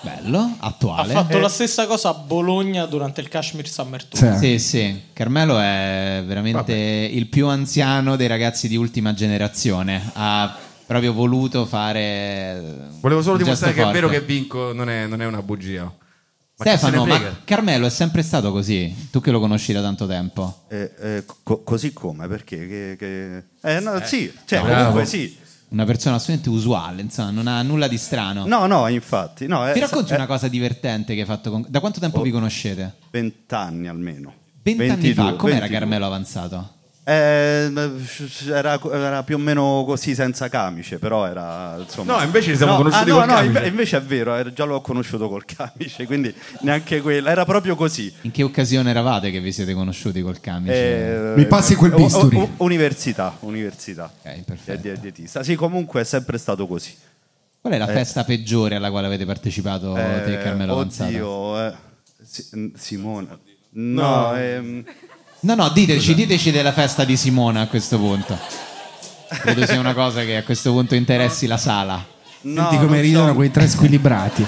Bello,
Ha
attuale.
fatto
Eh,
la stessa cosa a Bologna durante il Kashmir Summer Tour.
Sì, sì. Carmelo è veramente il più anziano dei ragazzi di ultima generazione. Ha proprio voluto fare.
Volevo solo
un
dimostrare che
gesto
è vero
forte.
che vinco, non è, non è una bugia. Ma chi
Stefano,
se ne frega?
ma Carmelo è sempre stato così. Tu che lo conosci da tanto tempo.
eh, eh, co- così come, perché... Che, che- Eh, no,
Eh,
sì, cioè,
bravo.
comunque sì.
Una persona assolutamente usuale, insomma, non ha nulla di strano.
No, no, infatti. No,
Ti
eh,
racconti
eh, Oh.
una cosa divertente che hai fatto con... Da quanto tempo vi conoscete?
Vent'anni almeno.
Vent'anni fa,
22,
com'era
22.
Carmelo Avanzato?
Eh, era, era più o meno così senza camice, però era insomma.
No, invece ci siamo conosciuti
ah, no,
col
no,
camice.
inve- invece è vero, eh, già l'ho conosciuto col camice, quindi neanche quella, era proprio così.
In che occasione eravate che vi siete conosciuti col camice?
Eh, eh, u- u- università, università. Di- di- dietista. Sì, comunque è sempre stato così.
Qual è la
Eh,
festa peggiore alla quale avete partecipato Oh, te,
eh,
Carmelo Avanzato?
Oddio, eh, Si- n- Simona. No,
No.
ehm,
No, no, diteci, diteci della festa di Simona a questo punto. Credo sia una cosa che a questo punto interessi la sala.
Senti come ridono quei tre squilibrati.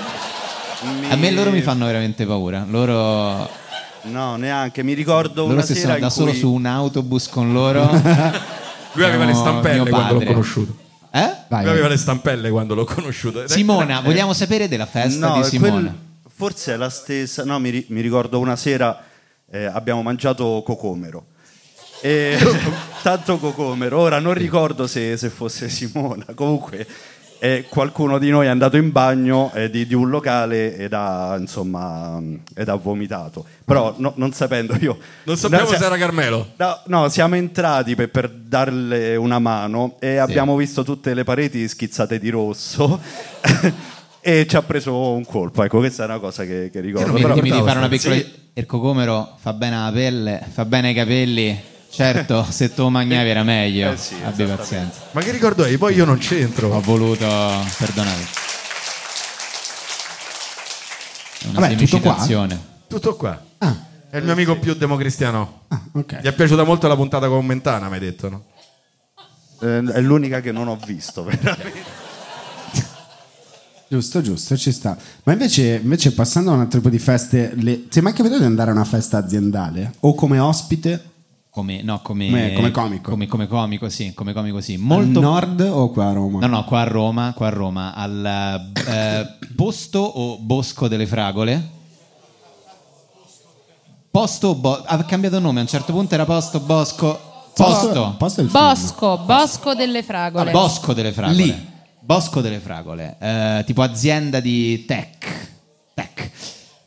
A me loro mi fanno veramente paura. Loro,
no, neanche. Mi ricordo
loro
una
se
sera
sono da
in
solo
cui...
su un autobus con loro.
Lui aveva le
Siamo mio
stampelle quando l'ho
padre.
conosciuto.
Eh?
Lui aveva le stampelle quando l'ho conosciuto. Eh,
Simona, vogliamo sapere della festa
No,
di
quel-
Simona?
forse è la stessa. No, mi, ri- mi ricordo una sera eh, abbiamo mangiato cocomero. E- tanto cocomero. Ora non ricordo se, se fosse Simona. Comunque, eh, qualcuno di noi è andato in bagno eh, di, di un locale ed ha, insomma, mh, ed ha vomitato. Però no- non sapendo io.
Non sappiamo
No, si-
se era Carmelo.
No, no, siamo entrati per, per darle una mano e abbiamo visto tutte le pareti schizzate di rosso e ci ha preso un colpo. Ecco, questa è una cosa che, che ricordo. però-
Permettimi di fare una
Sì.
piccola. Il cocomero fa bene alla pelle, fa bene ai capelli. Certo, se tu mangiavi era meglio.
Eh sì,
Abbi pazienza.
Ma che ricordo hai? Poi io non c'entro.
Ho voluto, perdonare. Una Ah.
Vabbè, tutto qua?
semicitazione.
Tutto qua. È il mio amico più democristiano.
Ah,
ok.
Gli è piaciuta molto la puntata con Mentana, mi hai detto, no?
Eh, è l'unica che non ho visto, veramente.
Giusto, giusto, ci sta. Ma invece, invece passando a un altro tipo di feste, le... ti è mai capitato di andare a una festa aziendale? O come ospite?
Come, no, come,
Come- come comico.
Come, come comico, sì, come comico, sì.
Molto...
Molto
Al nord o qua a Roma?
No, no, qua a Roma, qua a Roma, al eh, posto o bosco delle fragole? Posto o bo- ha cambiato nome, a un certo punto era posto, bosco, posto.
Bosco, Bosco delle fragole.
Ah, Bosco delle fragole.
Lì.
Bosco delle fragole, eh, tipo azienda di tech. Tech.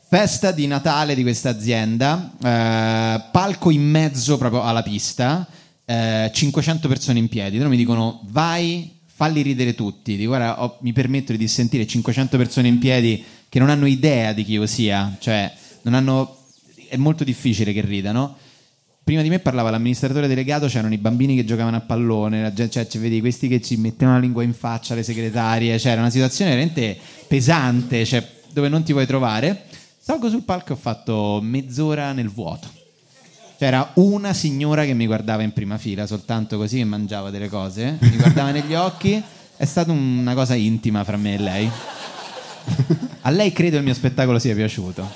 Festa di Natale di questa azienda, eh, palco in mezzo proprio alla pista, eh, 500 persone in piedi. Loro mi dicono vai, falli ridere tutti. Dico, guarda, ho- mi permetto di dissentire 500 persone in piedi che non hanno idea di chi io sia, cioè non hanno... è molto difficile che ridano. Prima di me parlava l'amministratore delegato, c'erano i bambini che giocavano a pallone, la gente- cioè, ci vedi questi che ci mettevano la lingua in faccia, le segretarie, cioè era una situazione veramente pesante, cioè, dove non ti vuoi trovare. Salgo sul palco e ho fatto mezz'ora nel vuoto. C'era una signora che mi guardava in prima fila, soltanto così che mangiava delle cose, eh. mi guardava negli occhi, è stata una cosa intima fra me e lei. A lei credo il mio spettacolo sia piaciuto.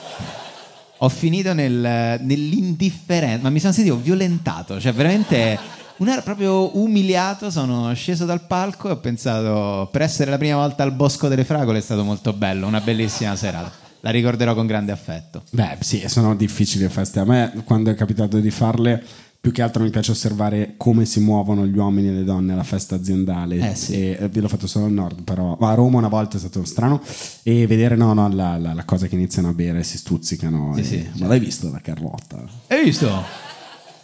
Ho finito nel- nell'indifferenza, ma mi sono sentito violentato, cioè veramente una- proprio umiliato. Sono sceso dal palco e ho pensato, per essere la prima volta al Bosco delle Fragole è stato molto bello, una bellissima serata. La ricorderò con grande affetto.
Beh, sì, sono difficili le feste. A me, quando è capitato di farle, più che altro mi piace osservare come si muovono gli uomini e le donne alla festa aziendale.
Eh, sì.
E, eh, io l'ho fatto solo al nord, però ma a Roma una volta è stato strano. E vedere, no, no, la, la- la cosa che iniziano a bere, si stuzzicano.
Sì,
e-
sì,
Ma l'hai visto la Carlotta?
Hai visto?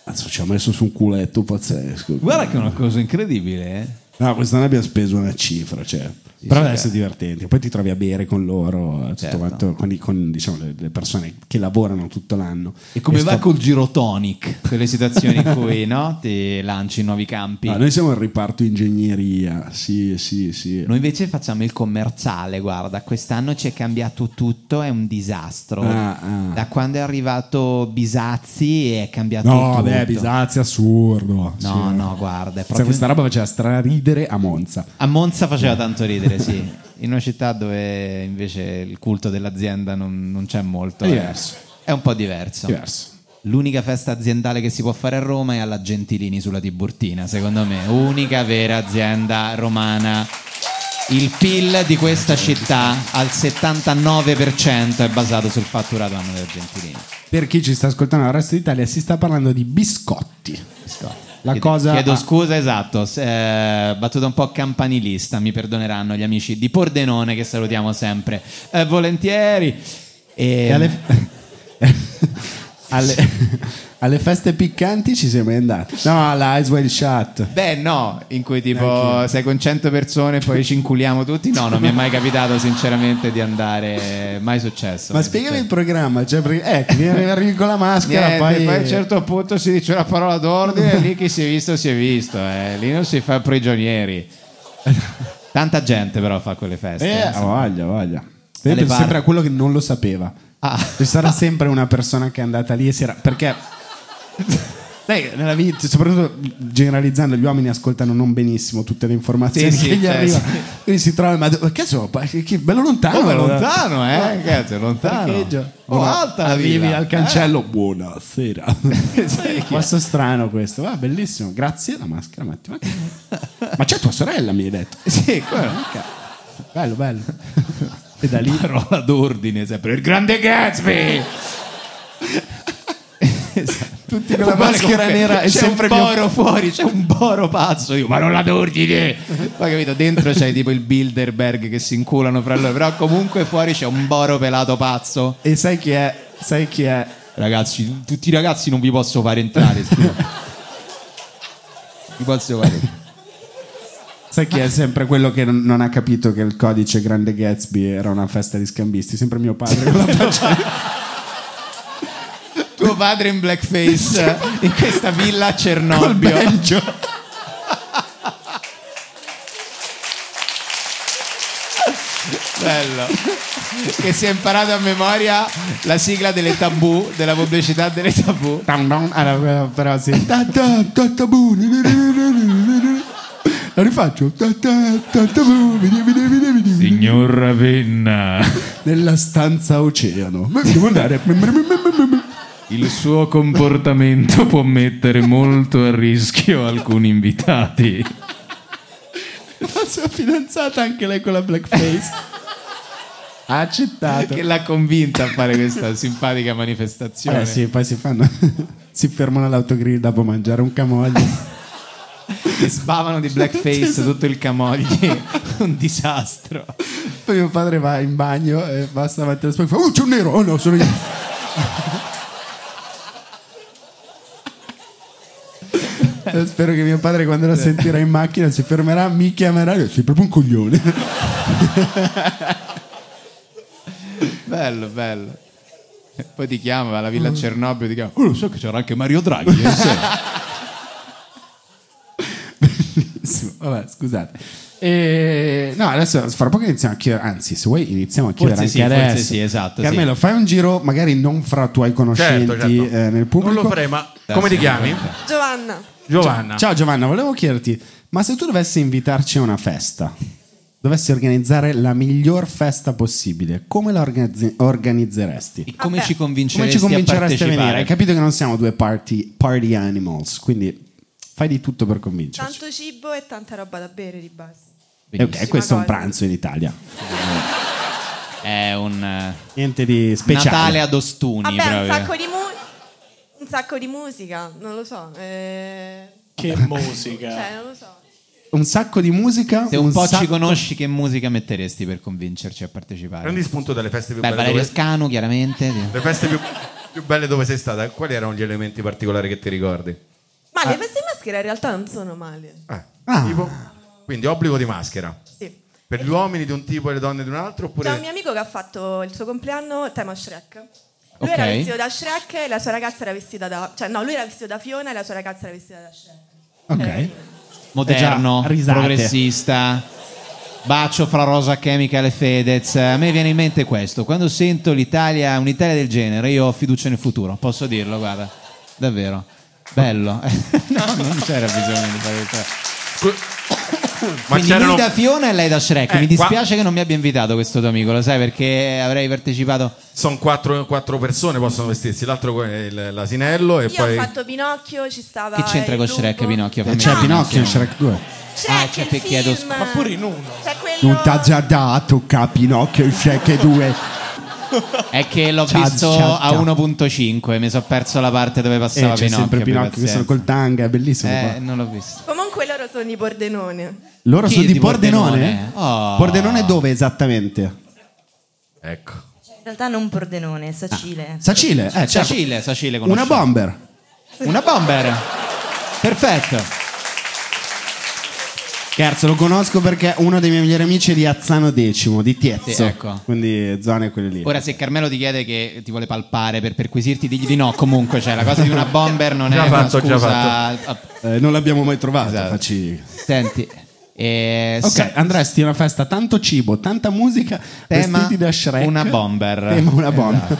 Cazzo, ci ha messo su un culetto pazzesco.
Guarda che è una cosa incredibile. eh.
No, quest'anno abbiamo speso una cifra, cioè. però
sì, eh. Certo.
adesso è divertente. Poi ti trovi a bere con loro, eh, tutto quanto, con, i- con, diciamo, le, le persone che lavorano tutto l'anno.
E come va
sto-
col girotonic? Quelle situazioni in cui no, ti lanci nuovi campi.
Ah, noi siamo il riparto ingegneria, sì, sì, sì.
Noi invece facciamo il commerciale, guarda, quest'anno ci è cambiato tutto, è un disastro.
Ah, ah.
Da quando è arrivato Bisazzi è cambiato tutto.
No, beh, Bisazzi, assurdo.
No,
Sì.
no, guarda, è
Cioè,
proprio...
questa roba faceva straridere a Monza.
A Monza faceva tanto ridere, sì. In una città dove invece il culto dell'azienda non, non c'è molto.
È
eh.
diverso.
È un po' diverso.
Diverso.
L'unica festa aziendale che si può fare a Roma è alla Gentilini sulla Tiburtina, secondo me. Unica vera azienda romana. Il PIL di questa città al 79% è basato sul fatturato anno della Gentilini.
Per chi ci sta ascoltando dal resto d'Italia, si sta parlando di biscotti. La
Chiedo-
cosa.
Chiedo
ah,
scusa, esatto. s- eh, battuta un po' campanilista, mi perdoneranno gli amici di Pordenone che salutiamo sempre. Eh, volentieri. E- mm,
e alle... alle... alle feste piccanti ci sei mai andato? No, la Ice Wild Shut.
Beh, no, in cui tipo sei con 100 persone e poi ci inculiamo tutti. No, non mi è mai capitato sinceramente di andare, eh, mai successo.
Ma spiegami il programma, cioè, perché- eh, ti viene- arrivi con la maschera,
Niente,
poi...
a un certo punto si dice una parola d'ordine e lì chi si è visto si è visto, eh. lì non si fa prigionieri. Tanta gente però fa quelle feste.
Eh, ha
insomma.
voglia, ha voglia.
Alle Ah.
Sempre,
par-
sempre a quello che non lo sapeva. Ci sarà sempre una persona che è andata lì e si era... Perché... Sai, nella vita, soprattutto generalizzando, gli uomini ascoltano non benissimo tutte le informazioni
Sì, sì,
che gli
cioè,
arrivano.
sì.
Quindi si trova, ma do- cazzo, pa- che bello lontano.
Oh, ma è
allora.
lontano, eh? Cazzo, è lontano.
Parcheggio.
Oh,
Buona-
alta la
Arrivi
villa, Eh.
al cancello, buonasera. Questo strano questo, va bellissimo. Grazie la maschera, Matti. Ma, che- ma c'è tua sorella, mi hai detto.
Sì, come no?
Bello, bello. E da lì...
Parola d'ordine sempre. Il grande Gatsby! Tutti
con la maschera nera e
c'è
sempre
un
mio-
boro fuori, c'è un boro pazzo. Io, ma non la d'ordine! Poi capito, dentro c'è tipo il Bilderberg che si inculano fra loro, però comunque fuori c'è un boro pelato pazzo.
E sai chi è? Sai chi è?
Ragazzi, tutti i ragazzi non vi posso fare entrare. scusa. vi posso fare
Sai chi è sempre quello che non non ha capito che il codice Grande Gatsby era una festa di scambisti? Sempre mio padre con la faccia.
Tuo padre in blackface in questa villa a Cernobbio. Bello. Che si è imparato a memoria la sigla delle tabù, della pubblicità delle tabù.
Allora, ah, però sì. Ta ta ta ta bu, ni ni ni ni ni ni ni. La rifaccio. Ta ta ta ta bu, vidi, vidi, vidi, vidi, vidi.
Signor Ravenna,
Nella stanza oceano. Ma Devo andare.
il suo comportamento può mettere molto a rischio alcuni invitati.
La sua fidanzata anche lei con la blackface. Ha accettato.
Che l'ha convinta a fare questa simpatica manifestazione.
Eh sì, poi si fanno. si fermano all'autogrill dopo mangiare un camoglio.
E sbavano di blackface tutto il camogli. Un disastro.
Poi mio padre va in bagno e passa davanti allo specchio e fa: Oh, c'è un nero! Oh no, sono io. E Spero che mio padre, quando lo sentirà in macchina, si fermerà, mi chiamerà e dirà, sei proprio un coglione.
Bello, bello. E Poi ti chiama alla villa a Cernobbio ti chiama. Oh, lo so che c'era anche Mario Draghi. eh, sì."
Bellissimo. Vabbè, scusate. E... No, adesso fra poco iniziamo a chiudere. Anzi, se vuoi, iniziamo a chiudere
Forse sì,
anche
forse
adesso.
sì, esatto, sì.
Carmelo, fai un giro, magari non fra tuoi conoscenti
Certo, certo.
eh, nel pubblico.
Non lo farei, ma come ti chiami?
Giovanna.
Giovanna.
Ciao Giovanna, volevo chiederti, ma se tu dovessi invitarci a una festa, dovessi organizzare la miglior festa possibile, come la organizzi- organizzeresti?
Come ci
Come
convinceresti,
ci convinceresti a,
partecipare?
venire? Hai capito che non siamo due party, party animals, quindi fai di tutto per convincerci.
Tanto cibo e
Eh,
tanta roba da bere di base.
E ok, questo è un pranzo in Italia.
È un eh,
Niente di speciale.
Natale ad Ostuni.
Vabbè, un
proprio.
sacco, di mu- un sacco di musica, non lo so. eh,
Che musica. Ah.
cioè, non lo so.
Un sacco di musica.
Se un, po'
sacco-
ci conosci, che musica metteresti per convincerci a partecipare?
Prendi spunto dalle feste più
Beh,
belle.
Valerio
dove-
Scano, chiaramente.
Le feste più, più belle dove sei stata, quali erano gli elementi particolari che ti ricordi? Ah,
Ma le feste in maschera in realtà non sono male.
Ah.
Tipo? Quindi obbligo di maschera.
Sì.
Per gli uomini di un tipo e le donne di un altro? Oppure...
C'è un mio amico che ha fatto il suo compleanno tema Shrek. Lui
Ok.
era vestito da Shrek e la sua ragazza era vestita da... Cioè no, lui era vestito da Fiona e la sua ragazza era vestita da Shrek.
Ok. Moderno,
Già, risate.
progressista. Bacio fra Rosa Chemical e Fedez. A me viene in mente questo. Quando sento l'Italia, un'Italia del genere, io ho fiducia nel futuro. Posso dirlo, guarda. Davvero. Bello. no, non c'era bisogno di fare questo.
Ma
Quindi
c'erano-
lui da Fiona e lei da Shrek.
Eh,
mi
qua-
dispiace che non mi abbia invitato questo tuo amico, lo sai, perché avrei partecipato.
Sono quattro, quattro persone possono vestirsi, l'altro è il- l'asinello e
Io
poi...
ho fatto Pinocchio, ci stava...
Che c'entra
il
con
lupo.
Shrek Pinocchio?
Eh, c'è Pinocchio in Shrek 2.
Ah, c'è te chiedo scusa.
Ma pure in uno.
Cioè, quello...
Non t'ha già dato Capinocchio in Shrek 2.
Cioè,
È che l'ho
Ciao,
visto
ciao,
a
ciao.
1.5, mi sono perso la parte dove
Eh,
passava
c'è
Pinocchio.
sempre
abbi
Pinocchio che sono
pazienza.
col tanga, è bellissimo.
Eh,
qua.
non l'ho visto.
Comunque loro sono di Pordenone.
Loro
Chi
sono
è
di
di
Pordenone?
Pordenone? Oh.
Pordenone dove esattamente?
Ecco.
In realtà non Pordenone, Sacile.
Sacile, eh, certo.
Sacile, Sacile
Una
conosciamo.
bomber.
Una bomber. Perfetto.
Scherzo, lo conosco perché uno dei miei migliori amici è di Azzano Decimo, di Tiezzo.
Sì, ecco.
Quindi zone quelle lì.
Ora se Carmelo ti chiede che ti vuole palpare per perquisirti, digli di no comunque, cioè la cosa di una bomber non è
Già
una
fatto, già
scusa. Esatto.
fatto. Eh, non l'abbiamo mai trovata, facci...
Senti. eh,
Ok,
se-
andresti a una festa, tanto cibo, tanta musica,
Tema,
vestiti da Shrek.
una bomber. Esatto.
Tema una bomber.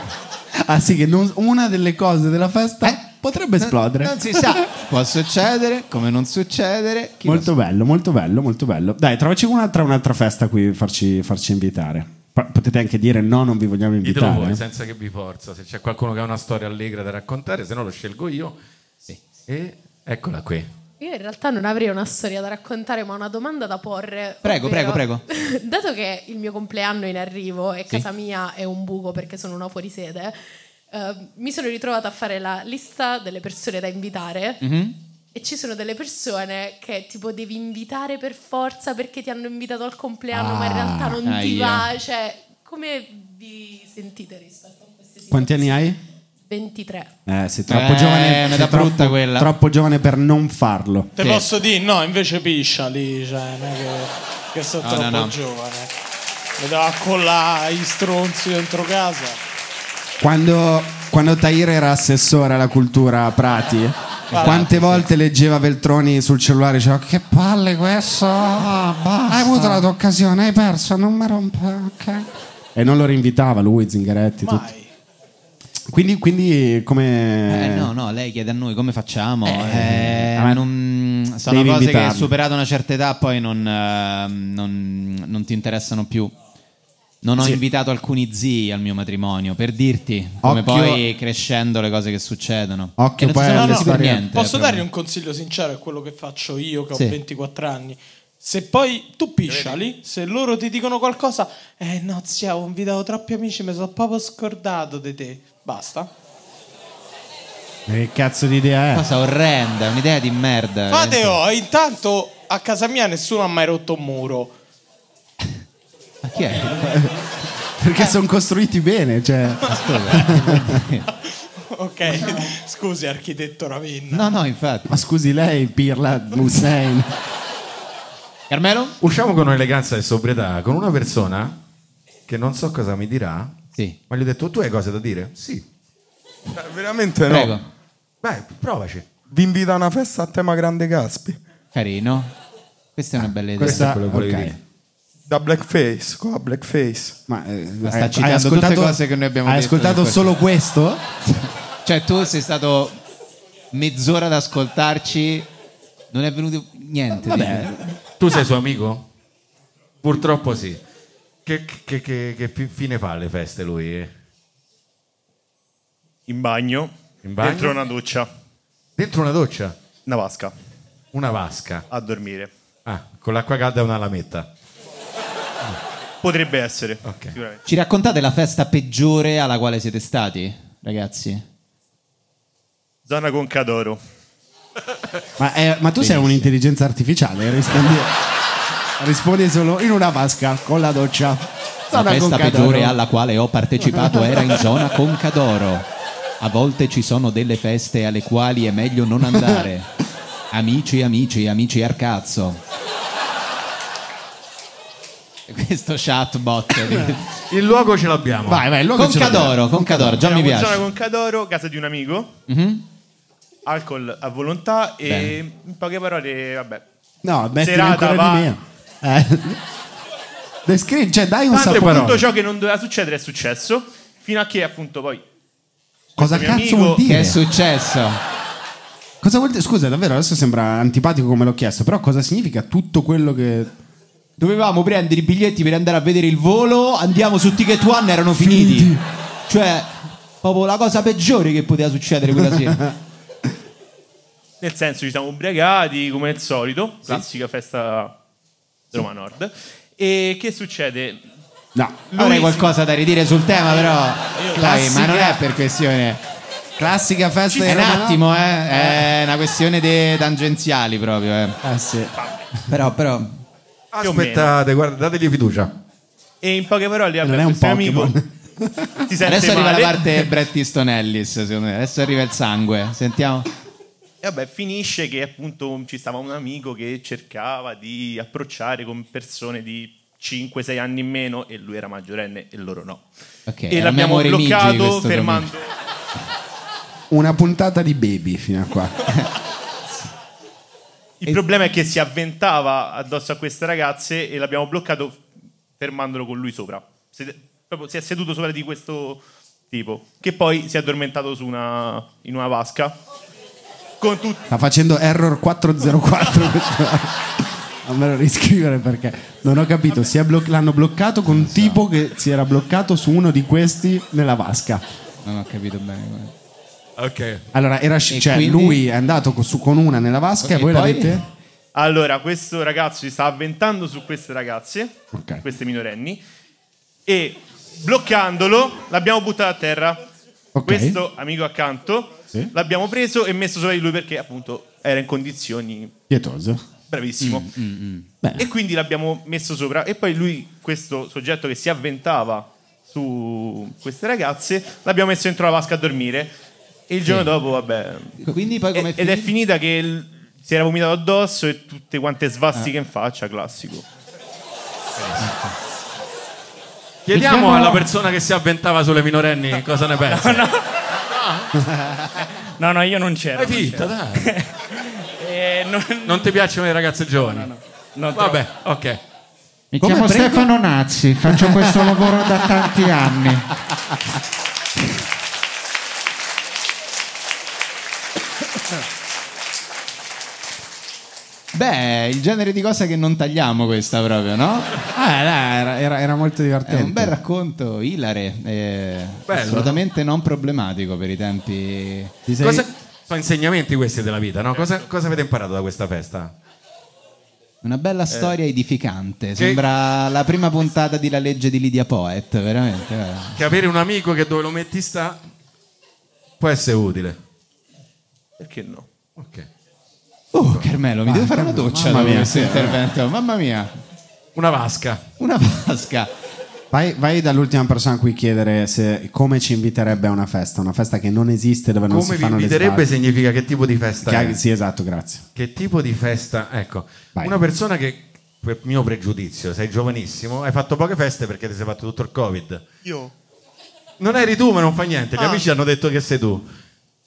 Ah sì, che non- una delle cose della festa potrebbe esplodere.
Eh? non si sa, può succedere, come non succedere. chi lo
molto bello, molto bello, molto bello. Dai, trovaci un'altra, un'altra festa qui, farci, farci invitare. P- potete anche dire no, non vi vogliamo
Ditelo
invitare.
voi, senza che vi forza. Se c'è qualcuno che ha una storia allegra da raccontare, se no lo scelgo io. E eccola qui.
Io in realtà non avrei una storia da raccontare, ma una domanda da porre.
Prego,
ovvero-
prego,
Dato che il mio compleanno è in arrivo e casa mia è un buco perché sono una fuorisede, eh, mi sono ritrovata a fare la lista delle persone da invitare.
Mhm.
E ci sono delle persone che tipo devi invitare per forza perché ti hanno invitato al compleanno, ma in realtà non ti
Ah,
aia.
va. Cioè, come vi sentite rispetto a queste situazioni?
Quanti anni hai?
23.
Eh, sei troppo
Eh,
giovane.
me
sei
da
troppo-
brutta quella.
Troppo giovane per non farlo.
Te posso dire, no, invece piscia lì, cioè, non è che, che sono
No, no,
troppo
no.
giovane. Mi devo accollare i stronzi dentro casa.
Quando, quando Tahir era assessore alla cultura a Prati, quante volte leggeva Veltroni sul cellulare e diceva che palle questo? Hai avuto la tua occasione, hai perso, non mi rompere, ok? E non lo rinvitava lui, Zingaretti, tutti. Quindi, quindi come...
Eh, no, no, lei chiede a noi come facciamo.
Eh,
Eh,
ma
non- sono
devi
cose
invitarli.
che superata una certa età poi non, eh, non- non ti interessano più. Non ho
Sì.
invitato alcuni zii al mio matrimonio per dirti come
Occhio-
poi crescendo le cose che succedono.
Occhio
E Eh, non
poi
si sono
alle
fatti per
storie-
niente.
Posso
proprio.
dargli un consiglio sincero? È quello che faccio io, che
Sì.
ho 24 anni. Se poi tu pisciali, se loro ti dicono qualcosa, eh no, zia, ho invitato troppi amici, mi sono proprio scordato di te. Basta.
Che cazzo di idea è?
Cosa orrenda, un'idea di merda.
Fate oh, intanto a casa mia nessuno ha mai rotto un muro.
Ma chi è?
Perché sono costruiti bene, cioè...
eh,
ok, scusi architetto Ravinna.
No, no, infatti.
Ah, Ma scusi lei, Pirla Hussein.
Carmelo?
Usciamo con eleganza e sobrietà con una persona che non so cosa mi dirà. Ma gli ho detto, tu hai cose da dire? Sì. Eh, Veramente no.
Prego.
Beh, provaci.
Vi invito a una festa a tema Grande Gaspi.
Carino. Questa è una bella idea.
Questa- Quello che volevi
ok.
dire. Da blackface, qua blackface.
Ma eh,
Ma sta citando tutte cose che noi abbiamo
hai
detto
ascoltato
di questo.
solo questo?
Cioè, tu sei stato mezz'ora ad ascoltarci, non è venuto niente.
Vabbè.
dimmi.
Tu sei suo amico? Purtroppo sì. Che, che- che- che fi- fine fa alle feste lui? eh?
In bagno,
bagno?
dentro una doccia,
Dentro una doccia?
una vasca,
Una vasca.
a dormire.
Ah, con l'acqua calda e una lametta.
Potrebbe essere, sicuramente.
Ci raccontate la festa peggiore alla quale siete stati, ragazzi?
Zona Concadoro.
Ma, eh, ma tu sei un'intelligenza artificiale, rispondi, rispondi solo in una vasca con la doccia.
La
Zona
festa
Concadoro.
peggiore alla quale ho partecipato era in zona Concadoro. A volte ci sono delle feste alle quali è meglio non andare. Amici, amici, amici Arcazzo. Questo chatbot.
Il luogo ce l'abbiamo.
Vai, vai, il luogo ce l'abbiamo. Concadoro, Concadoro, già mi
Abbiamo
piace.
Zona Concadoro, casa di un amico,
Mhm.
alcol a volontà e
Bene.
in poche parole, vabbè.
No, mettila
Serata
ancora
va.
di meno. Eh. Descri- cioè, dai un
Tanto
sapore.
tutto ciò che non doveva succedere è successo, fino a che appunto poi
Cosa
questo mio
cazzo
amico-
vuol dire?
Che è
successo?
Cosa vuol dire? Scusa, davvero, adesso sembra antipatico come l'ho chiesto, però cosa significa tutto quello che...
Dovevamo prendere i biglietti per andare a vedere il volo, andiamo su Ticket One, erano finiti. Cioè, proprio la cosa peggiore che poteva succedere quella sera.
Nel senso, ci siamo ubriacati come al solito, classica festa di Roma Nord. E che succede?
No,
avrei qualcosa da ridire sul tema,
Eh,
però.
Io-
Chloe, ma non è
Classica-
per questione.
Classica festa
È
di
un
Roma, no?
attimo, eh. È una questione de- tangenziali proprio, eh.
Ah,
Però, però.
Più o meno.
Aspettate, guarda, dategli fiducia.
E in poche parole,
Non è
abbiamo
un
questo amico. Si sente
Adesso arriva
male.
la parte Bret Easton Ellis, secondo me. Adesso arriva il sangue. Sentiamo.
E vabbè, finisce che appunto ci stava un amico che cercava di approcciare con persone di 5-6 anni in meno e lui era maggiorenne e loro no.
Ok,
e
era
l'abbiamo
Memory Migi
bloccato
questo
fermando.
Una puntata di baby fino a qua.
Il problema è che si avventava addosso a queste ragazze e l'abbiamo bloccato fermandolo con lui sopra. Sede- proprio si è seduto sopra di questo tipo, che poi si è addormentato su una- in una vasca. Con tutti
Sta facendo error 404. questo- Non me lo riscrivere perché non ho capito. Si è bloc- l'hanno bloccato con un tipo che si era bloccato su uno di questi nella vasca.
Non ho capito bene. come-
Ok.
Allora, era sci-
E
cioè,
quindi?
lui è andato co- su- con una nella vasca e
E
voi
poi?
l'avete.
Allora, questo ragazzo si sta avventando su queste ragazze, queste minorenni, e bloccandolo l'abbiamo buttato a terra. Questo amico accanto
Sì.
l'abbiamo preso e messo sopra di lui perché appunto era in condizioni
Pietoso.
bravissimo.
Mm. Beh.
E quindi l'abbiamo messo sopra e poi lui, questo soggetto che si avventava su queste ragazze, l'abbiamo messo dentro la vasca a dormire e il giorno
Sì.
dopo, vabbè.
Quindi poi com'è
E- Ed è finita che il- si era vomitato addosso e tutte quante
Eh.
svastiche in faccia, classico.
Chiediamo
Chiediamo-
alla persona che si avventava sulle minorenni cosa ne pensa.
No, no, io non c'ero.
Dai,
non
fitta,
c'ero.
dai.
Eh, non-
Non ti piacciono le ragazze giovani?
non troppo.
Vabbè, ok.
Mi
Come
chiamo
prego?
Stefano Nazzi, faccio questo lavoro da tanti anni.
Beh, il genere di cosa che non tagliamo questa proprio, no?
Ah, dai, era, era- era molto divertente.
È un bel racconto, Ilare. eh,
Bello.
assolutamente non problematico per i tempi.
Cosa- Sono insegnamenti questi della vita, no? Cosa, cosa avete imparato da questa festa?
Una bella
Eh.
storia edificante. Sembra la prima puntata di La legge di Lydia Poet, veramente. eh. guarda.
Che avere un amico che dove lo metti sta può essere utile.
Perché no?
Ok.
Oh, Carmelo, mi devo fare una doccia
mamma
dopo
mia,
questo
sì,
intervento. Mamma mia.
Una vasca.
Una vasca.
Vai, vai dall'ultima persona a cui chiedere se- come ci inviterebbe a una festa, una festa che non esiste dove non
Come
si
vi
fanno le
inviterebbe
sbarre.
significa che tipo di festa
Che-
è?
Sì, esatto, grazie.
Che tipo di festa? Ecco, una persona che, per mio pregiudizio, sei giovanissimo, hai fatto poche feste perché ti sei fatto tutto il Covid.
Io.
Non eri tu, ma non fa niente. Gli
Ah.
amici hanno detto che sei tu.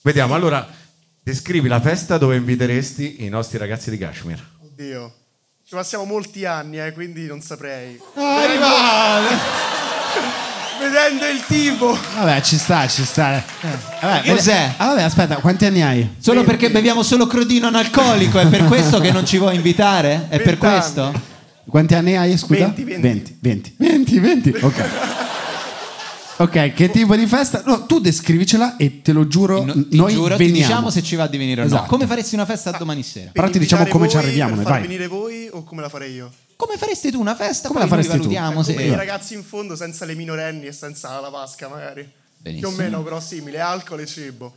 Vediamo, allora, descrivi la festa dove inviteresti i nostri ragazzi di Kashmir.
Oddio. Ci passiamo molti anni, eh, quindi non saprei.
Ah,
Vedendo-
arrivate!
Vedendo il tipo.
Vabbè, ci sta, ci sta. Eh, Vabbè,
Perché- Cos'è?
Ah, vabbè, aspetta, quanti anni hai?
Solo perché beviamo solo crodino analcolico, è per questo che non ci vuoi invitare? È per
Vent'anni.
questo?
Quanti anni hai, scusa?
20, 20.
20, 20, 20, 20, ok. Ok, che tipo di festa? No, tu descrivicela e te lo giuro,
Ti
noi
giuro, ti
veniamo.
diciamo se ci va a divenire o
Esatto.
no. Come faresti una festa domani sera?
Però ti diciamo come ci arriviamo,
Per
noi,
far
vai.
venire voi o come la farei io?
Come faresti tu una festa?
Come
Poi
la
noi
faresti tu?
valutiamo se-
Come
I Ecco, ragazzi in fondo senza le minorenni e senza la vasca, magari.
Benissimo.
Più o meno, però simile. Alcol e cibo.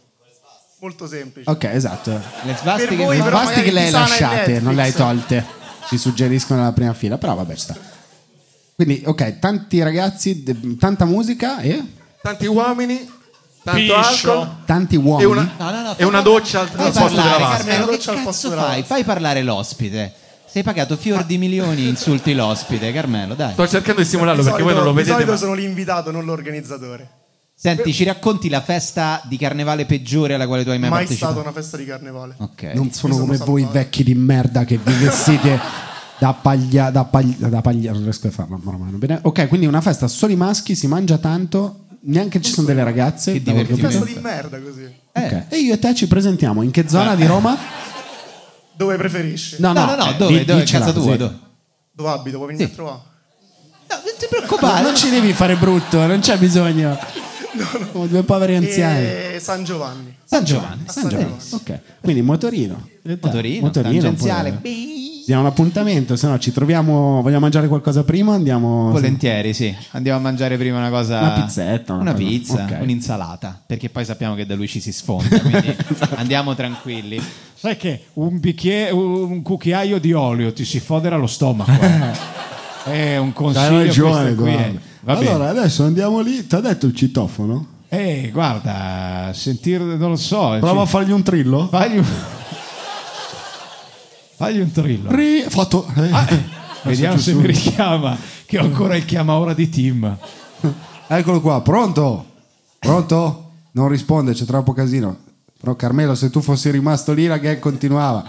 Molto semplice.
Ok, esatto.
Le
svastiche- Per voi, però,
svastiche
magari
le hai
tisana e
lasciate,
Netflix.
non le hai tolte. Ci suggeriscono la prima fila, però vabbè, sta. Quindi, ok, tanti ragazzi, de- tanta musica e
Tanti uomini, tanto
Piscio.
alcol
tanti uomini.
e una, e una doccia al,
Fai
al posto della
parlare,
vasca.
Carmelo, che cazzo fai? Fai parlare l'ospite. Sei pagato fior di milioni, insulti l'ospite, Carmelo, dai.
Sto cercando di stimolarlo
Di
perché voi
solito-
non lo
di
vedete.
solito
ma-
sono l'invitato, non l'organizzatore.
Senti, ci racconti la festa di carnevale peggiore alla quale tu hai mai,
Mai
partecipato?
stata una festa di carnevale.
Ok.
Non sono
Mi sono
come voi vecchi di merda che vi vestite da paglia, da paglia, da paglia, non riesco a farla ma ormai non bene. Ok, quindi una festa solo i maschi, si mangia tanto, neanche ci sono delle ragazze. da quello che ho
Una festa
visto.
di merda così.
Eh,
Ok, Eh, E io e te ci presentiamo in che zona di Roma?
Dove preferisci?
No, no, No, no, no, eh, dove- di- dove? dicela Casa tua, così. dove?
Dove abito? Puoi venire a trovare?
Copà, non ci devi fare brutto, non c'è bisogno. Come due poveri anziani.
E San Giovanni.
San Giovanni,
A
San Giovanni. Ok, quindi motorino. eh.
Motorino, tangenziale.
pure. Diamo un appuntamento, se no ci troviamo, vogliamo mangiare qualcosa prima, andiamo...
Volentieri, sì. Andiamo a mangiare prima una cosa.
Una pizzetta, una
Una
cosa-
pizza,
ok.
un'insalata. Perché poi sappiamo che da lui ci si sfonda. Quindi
Esatto.
andiamo tranquilli.
Sai che un bicchiere, un cucchiaio di olio ti si fodera lo stomaco. eh. È un
Hai
consiglio
ragione,
questo qui. eh.
guarda.
Va bene.
Allora, adesso andiamo lì. Ti ha detto il citofono?
Eh, guarda, sentire, non lo so.
Prova
ci-
a fargli un trillo.
Fagli un, fagli un trillo.
Ri- fatto. Eh.
Ah,
Vediamo
Adesso
se
giù.
mi richiama, che ho ancora il chiamaora di Tim.
Eccolo qua, pronto? Pronto? Non risponde, c'è troppo casino. Però Carmelo, se tu fossi rimasto lì, la gag continuava.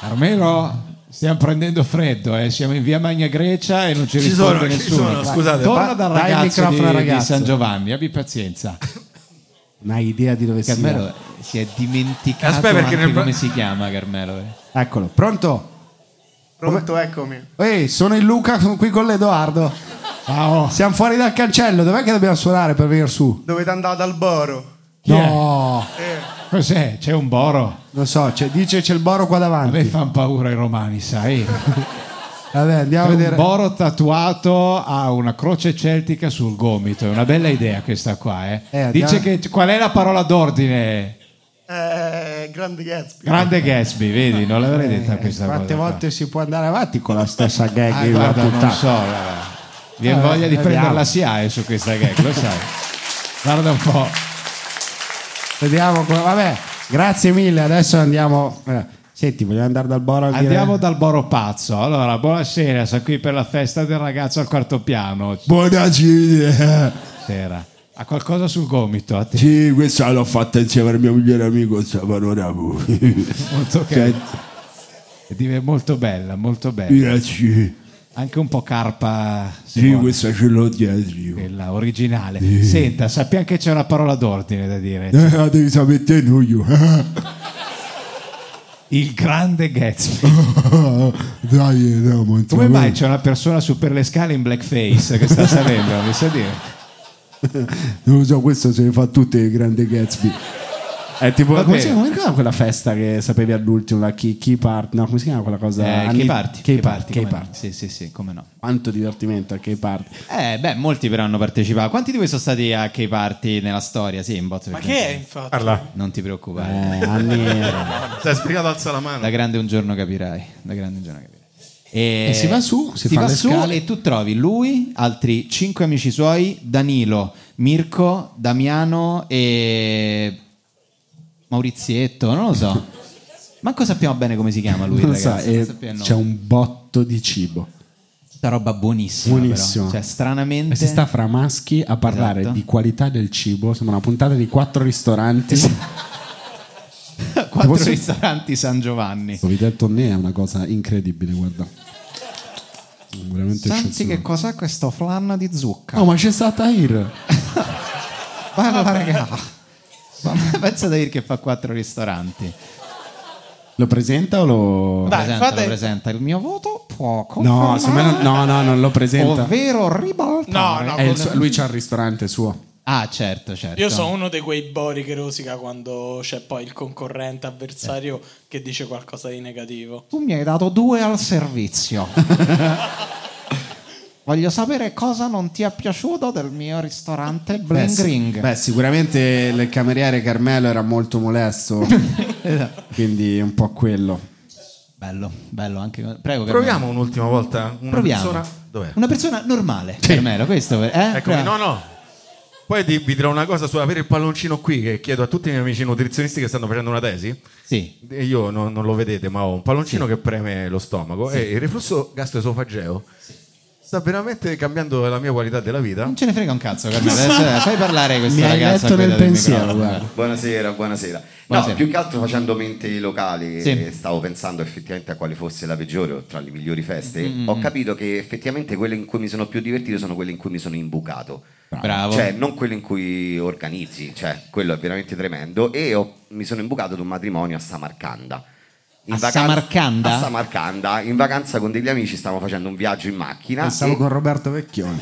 Carmelo, stiamo prendendo freddo, eh. siamo in via Magna Grecia e non ci,
Ci
risponde
sono, ci
nessuno.
sono, scusate.
Torna
Va-
dal
dai il
ragazzo,
microfono al
di, di
ragazzo.
San Giovanni, abbi pazienza.
Non hai idea di dove
Carmelo
sia.
si è dimenticato
Aspetta, perché
anche
nel-
come si chiama Carmelo. eh.
Eccolo, pronto?
Pronto, eccomi.
Ehi, sono il Luca, sono qui con l'Edoardo. Siamo fuori dal cancello, dov'è che dobbiamo suonare per venire su?
Dovete andare dal Boro.
No,
Eh. Cos'è? C'è un boro?
Non so, c'è- dice c'è il boro qua davanti.
A me fanno paura i romani, sai?
Vabbè, andiamo
C'è
a vedere.
Un boro tatuato ha una croce celtica sul gomito, è una bella idea questa qua, eh.
Eh,
Dice
andiamo-
che qual è la parola d'ordine?
Eh, grande Gatsby.
Grande Gatsby, vedi, non l'avrei detta questa
Eh, Quante
cosa. qua.
volte si può andare avanti con la stessa gag?
Ah,
in
guarda,
realtà?
non so, guarda. Vi è
Vabbè,
voglia di
vediamo.
prendere la SIAE su questa gag, lo sai. Guarda un po'.
Vediamo, come- vabbè, grazie mille. Adesso andiamo. eh, Senti, vogliamo andare dal Boro? a dire-
Andiamo dal Boro Pazzo. Allora, buonasera, sono qui per la festa del ragazzo al quarto piano.
Buonasera.
Buonasera. Ha qualcosa sul gomito? a te?
Sì, questa l'ho fatta insieme al mio migliore amico Stefano Rabu.
Molto
Cioè,
carina. Ed è molto bella, molto bella.
Grazie.
Anche un po' carpa.
Sì, questa ce l'ho dietro.
Quella originale. Senta, sappiamo che c'è una parola d'ordine da dire.
Eh, la devi sapere te, non io.
Il grande Gatsby.
Dai, no, ma eh.
Come mai cioè? c'è una persona su per le scale in blackface che sta salendo? mi sa dire?
Non lo so, questo se ne fa tutte le grandi Gatsby.
Eh,
È tipo,
Va
come
bene.
si come si chiama quella festa che sapevi all'ultimo, la key, key part, no, come si chiama quella cosa?
Eh,
Anni-
che parti?
Key party, key
come
party.
no. Sì, sì, sì, come no.
Quanto divertimento al key party.
Eh, beh, molti però hanno partecipato. Quanti di voi sono stati a che party nella storia? Sì, in botto.
Ma
perché-
che è, infatti?
Parla.
Non ti preoccupare.
Eh,
Stai spiegato, alza la mano.
Da grande un giorno capirai. Da grande un giorno capirai. E,
E si va su, si fa
va
le
su
scale.
e tu trovi lui, altri cinque amici suoi, Danilo, Mirko, Damiano e Maurizietto, non lo so. Manco sappiamo bene come si chiama lui,
Non lo so,
ragazzi.
e
non sappiamo il nome.
c'è un botto di cibo.
Sta roba buonissima.
Buonissima.
però. Cioè, stranamente.
E si sta fra maschi a parlare
Esatto.
di qualità del cibo. Sembra una puntata di quattro ristoranti.
Quattro
Posso-
ristoranti San Giovanni.
Sovite al tonnè è una cosa incredibile, guarda. Veramente
Senti che
eccezionale.
cos'è questo flan di zucca?
Oh, ma c'è stata Ir.
Parla, raga. Ma Pensa da dire che fa quattro ristoranti.
Lo presenta o lo.
Lo presenta, lo presenta. Il mio voto può
No,
confermare-
secondo me non- no, no, non lo presenta.
Oh, Ovvero ribaltare.
È il suo- lui c'ha il ristorante suo.
Ah, certo, certo.
Io sono uno di quei bori che rosica quando c'è poi il concorrente
Eh.
avversario che dice qualcosa di negativo.
Tu mi hai dato due al servizio. Voglio sapere cosa non ti è piaciuto del mio ristorante
Beh,
Bling
sì-
Ring.
beh, sicuramente il cameriere Carmelo era molto molesto, quindi un po' quello.
Bello, bello anche. Prego,
Proviamo
un'ultima volta. Una
Proviamo.
persona- dov'è?
Una persona normale. Carmelo, questo. Eh?
Eccomi,
Prego.
no, no. Poi ti- vi dirò una cosa su avere il palloncino qui che chiedo a tutti i miei amici nutrizionisti che stanno facendo una tesi.
Sì.
Io non, non lo vedete, ma ho un palloncino che preme lo stomaco
Sì.
e il reflusso gastroesofageo sta veramente cambiando la mia qualità della vita. Non
ce ne frega un cazzo, Carmelo. Adesso, eh, fai parlare questa
Mi hai
ragazza.
letto
qui
nel
del
pensiero,
microfono.
Buonasera, buonasera.
Buonasera.
No, più che altro facendo mente ai locali,
Sì.
eh, stavo pensando effettivamente a quale fosse la peggiore o tra le migliori feste.
Mm, mm,
Ho
mm.
capito che effettivamente quelle in cui mi sono più divertito sono quelle in cui mi sono imbucato.
Bravo.
Cioè, non quelle in cui organizzi, cioè, quello è veramente tremendo. E ho- mi sono imbucato ad un matrimonio a Samarcanda.
A Samarcanda?
A Samarcanda, in vacanza con degli amici, stavamo facendo un viaggio in macchina.
Pensavo
e-
con Roberto Vecchioni.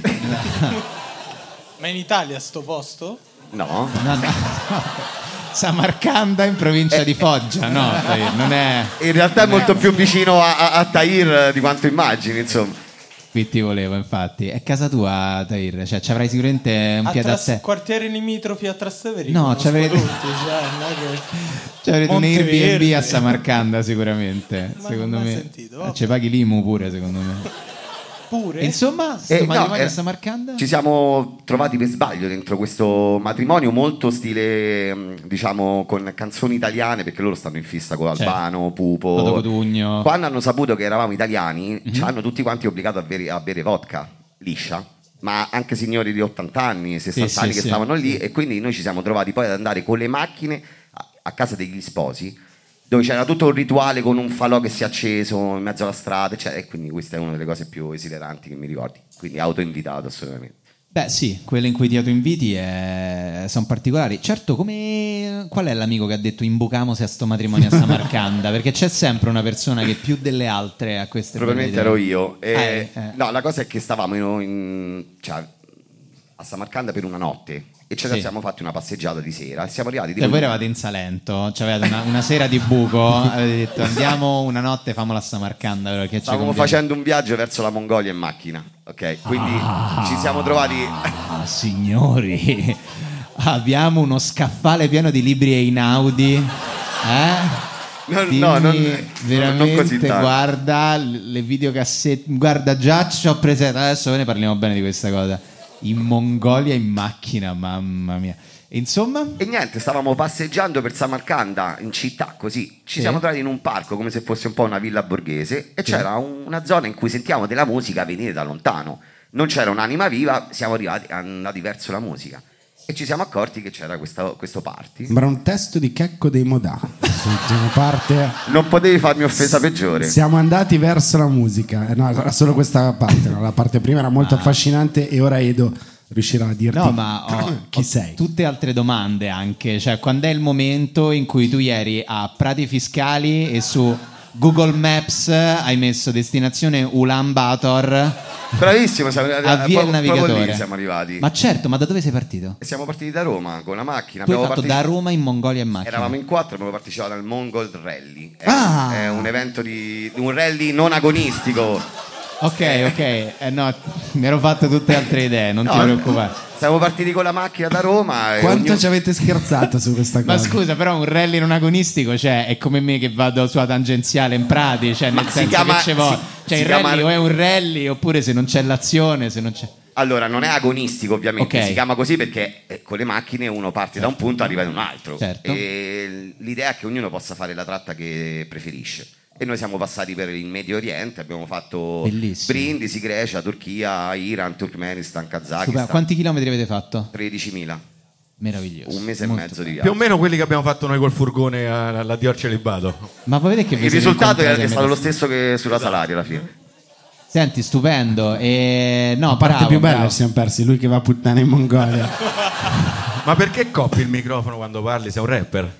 Ma in Italia sto posto?
No.
Samarcanda in
Eh,
provincia di Foggia, no? dai, Non è.
In realtà è molto più vicino a, a- a Tahir eh, di quanto immagini, insomma.
Qui ti volevo, infatti. È casa tua, Tair. Cioè, ci avrai sicuramente un
A
piede a
Tras-
te.
quartieri limitrofi a Trastevere.
No,
conosco
ci avete-
tutti, cioè, non è che-
Ci avrete un
Monteverdi.
Airbnb a Samarcanda, sicuramente.
Ma
secondo
non l'ho
me.
sentito, vabbè.
Eh, Ci paghi l'IMU pure, secondo me.
Pure?
Insomma, sto
Eh, no,
matrimonio
eh,
a Samarcanda.
Ci siamo trovati per sbaglio dentro questo matrimonio molto stile, mh, diciamo, con canzoni italiane, perché loro stanno in fissa con
Certo.
Albano, Pupo.
Vado Cotugno.
Quando hanno saputo che eravamo italiani,
Mhm.
ci hanno tutti quanti obbligato a bere, a bere vodka liscia, ma anche signori di 80 anni, 60
Sì, sì,
anni
Mm.
che
sì.
stavano lì e quindi noi ci siamo trovati poi ad andare con le macchine a, a casa degli sposi dove c'era tutto un rituale con un falò che si è acceso in mezzo alla strada, eccetera, e quindi questa è una delle cose più esileranti che mi ricordi, quindi autoinvitato assolutamente.
Beh, sì, quelle in cui ti autoinviti è... sono particolari. Certo, come qual è l'amico che ha detto imbucamos a sto matrimonio a Samarcanda? Perché c'è sempre una persona che più delle altre a queste
Probabilmente ero
partite.
io. E-
Eh, eh.
No, la cosa è che stavamo in- in- cioè, a Samarcanda per una notte e ce la
Sì.
siamo fatti una passeggiata di sera e siamo arrivati di
E voi
lunedì.
eravate in Salento, cioè avevate una, una sera di buco, avete detto andiamo una notte famola a Samarcanda perché ci
Stavamo
conviene".
facendo un viaggio verso la Mongolia in macchina, ok? Quindi ci siamo trovati
Ah, signori, abbiamo uno scaffale pieno di libri Einaudi. Eh?
No,
Dimmi,
no, non-
veramente
non così tanto.
guarda le videocassette, guarda già ci ho preso adesso ve ne parliamo bene di questa cosa. In Mongolia in macchina, mamma mia. Insomma?
E niente, stavamo passeggiando per Samarcanda in città, così. Ci
Sì.
siamo trovati in un parco come se fosse un po' una villa borghese e
Sì.
c'era un- una zona in cui sentiamo della musica venire da lontano. Non c'era un'anima viva, siamo arrivati, andati verso la musica. E ci siamo accorti che c'era questo, questo party.
Sembra un testo di Checco dei Modà. Sentiamo parte.
Non potevi farmi offesa peggiore.
Siamo andati verso la musica, Eh, no, era solo questa parte, no? la parte prima era molto
Ah.
affascinante e ora Edo riuscirà a dirti
No, ma ho,
chi
ho
sei.
tutte altre domande anche, cioè quando è il momento in cui tu ieri a Prati Fiscali e su Google Maps hai messo destinazione Ulan Bator
Bravissimo, siamo arrivati
avvia il
proprio- proprio
navigatore.
lì siamo arrivati.
Ma certo, ma da dove sei partito?
E siamo partiti da Roma con la macchina.
Tu hai
abbiamo
fatto da
partecipato-
Roma in Mongolia in macchina.
Eravamo in quattro, abbiamo partecipato al Mongol Rally. È,
Ah!
è un evento di, di un rally non agonistico.
Ok, ok, eh, no, mi ero fatto tutte altre idee, non ti
No,
preoccupare.
Siamo partiti con la macchina da Roma. E
Quanto
ognuno-
ci avete scherzato su questa cosa?
Ma scusa, però un rally non agonistico, cioè, è come me che vado sulla tangenziale in Prati, cioè, nel
si
senso
chiama-
che ce vuole.
si-
Cioè,
si
il rally
chiama-
o è un rally oppure se non c'è l'azione, se non c'è...
Allora, non è agonistico ovviamente,
Ok.
si chiama così perché eh, con le macchine uno parte da un punto e arriva ad un altro.
Certo.
E l'idea è che ognuno possa fare la tratta che preferisce. E noi siamo passati per il Medio Oriente, abbiamo fatto
Bellissimo.
Brindisi, Grecia, Turchia, Iran, Turkmenistan,
Super-
Kazakistan.
Quanti chilometri avete fatto?
13.000,
Meraviglioso.
un mese e mezzo di
Più o
viaggio.
meno quelli che abbiamo fatto noi col furgone alla, alla Dior Celibato.
Ma voi vedete che vi
Il
siete
risultato è,
incontrati
è
a
stato
metà-
lo stesso che sulla Salaria alla fine.
Senti, stupendo. E... No,
La parte
bravo,
più bella
bravo.
ci siamo persi, lui che va a puttane in Mongolia.
Ma perché coppi il microfono quando parli? Sei un rapper?